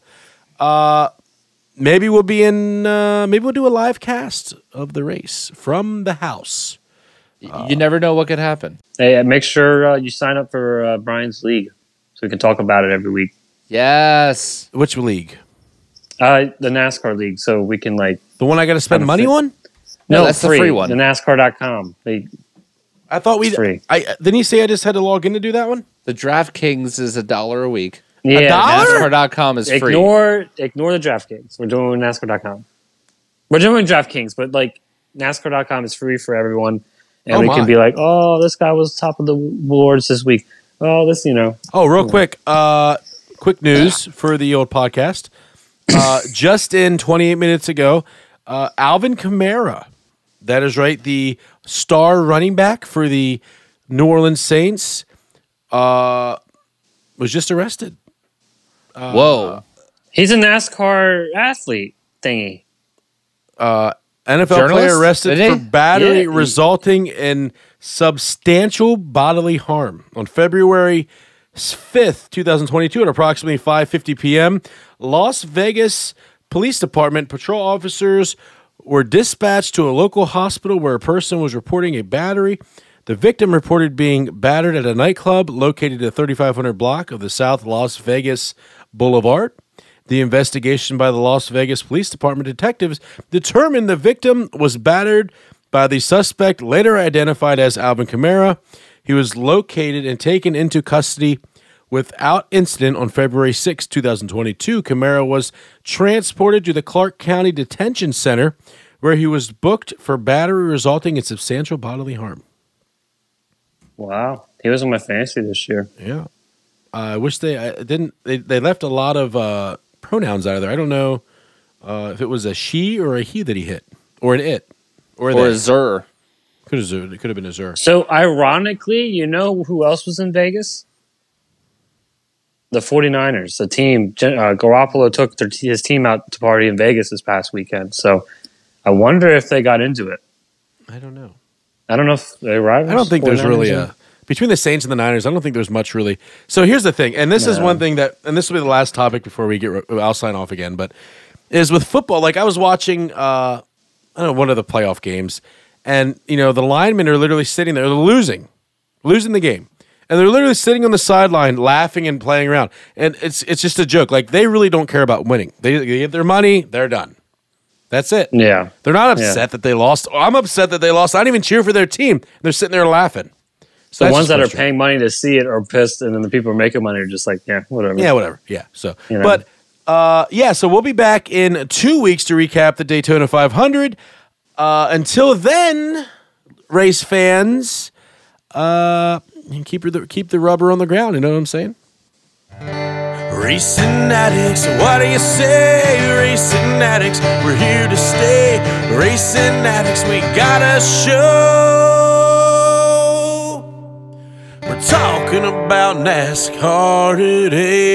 Uh, maybe we'll be in. Uh, maybe we'll do a live cast of the race from the house. you never know what could happen. Hey, uh, make sure uh, you sign up for uh, Brian's league so we can talk about it every week. Yes. Which league? Uh, the NASCAR league, so we can like The one I got to spend money think- on? No, that's the free one. The NASCAR.com. They, I thought we. Free. I didn't he say I just had to log in to do that one? The DraftKings is a dollar a week. yeah, dollar? Sure. NASCAR.com is free. Ignore ignore the DraftKings. We're doing NASCAR.com. We're doing DraftKings, but like NASCAR.com is free for everyone, and Oh, we my. can be like, oh, this guy was top of the awards this week. Oh, this you know, Oh, real quick. Uh, quick news for the old podcast. Uh, just in 28 minutes ago, uh, Alvin Kamara. That is right. The star running back for the New Orleans Saints uh, was just arrested. Whoa. he's a NASCAR athlete thingy. NFL Journalist? player arrested Did for he? battery Yeah. resulting in substantial bodily harm on February 5th, 2022 at approximately 5:50 p.m. Las Vegas Police Department patrol officers were dispatched to a local hospital where a person was reporting a battery. The victim reported being battered at a nightclub located at 3500 block of the South Las Vegas Boulevard. The investigation by the Las Vegas Police Department detectives determined the victim was battered by the suspect, later identified as Alvin Kamara. He was located and taken into custody without incident on February 6, 2022. Kamara was transported to the Clark County Detention Center, where he was booked for battery resulting in substantial bodily harm. Wow, he was on my fantasy this year. Yeah. I wish they I didn't. They, they left a lot of uh, pronouns out of there. I don't know uh, if it was a she or a he that he hit, or an it, or, Or a a Zur. could have it could have been a zer. So ironically, you know who else was in Vegas? The 49ers, the team. Gen- Uh, Garoppolo took their t- his team out to party in Vegas this past weekend. So I wonder if they got into it. I don't know. I don't know if they arrived. I don't think there's really a between the Saints and the Niners. I don't think there's much really. So here's the thing, and this is one thing that, and this will be the last topic before we get. I'll sign off again, but is with football. Like I was watching, uh, I don't know, one of the playoff games, and you know the linemen are literally sitting there, they're losing, losing the game, and they're literally sitting on the sideline laughing and playing around, and it's it's just a joke. Like they really don't care about winning. They, they get their money, they're done. That's it. Yeah. They're not upset that they lost. I'm upset that they lost. I don't even cheer for their team. They're sitting there laughing. So The that's ones just that are frustrating. paying money to see it are pissed, and then the people who are making money are just like, yeah, whatever. Yeah, whatever. Yeah. So, You know. but uh, yeah, so we'll be back in two weeks to recap the Daytona 500. Uh, until then, race fans, uh, keep your keep the rubber on the ground. You know what I'm saying? Racing addicts, what do you say? Racing addicts, we're here to stay. Racing addicts, we got a show. We're talking about NASCAR today.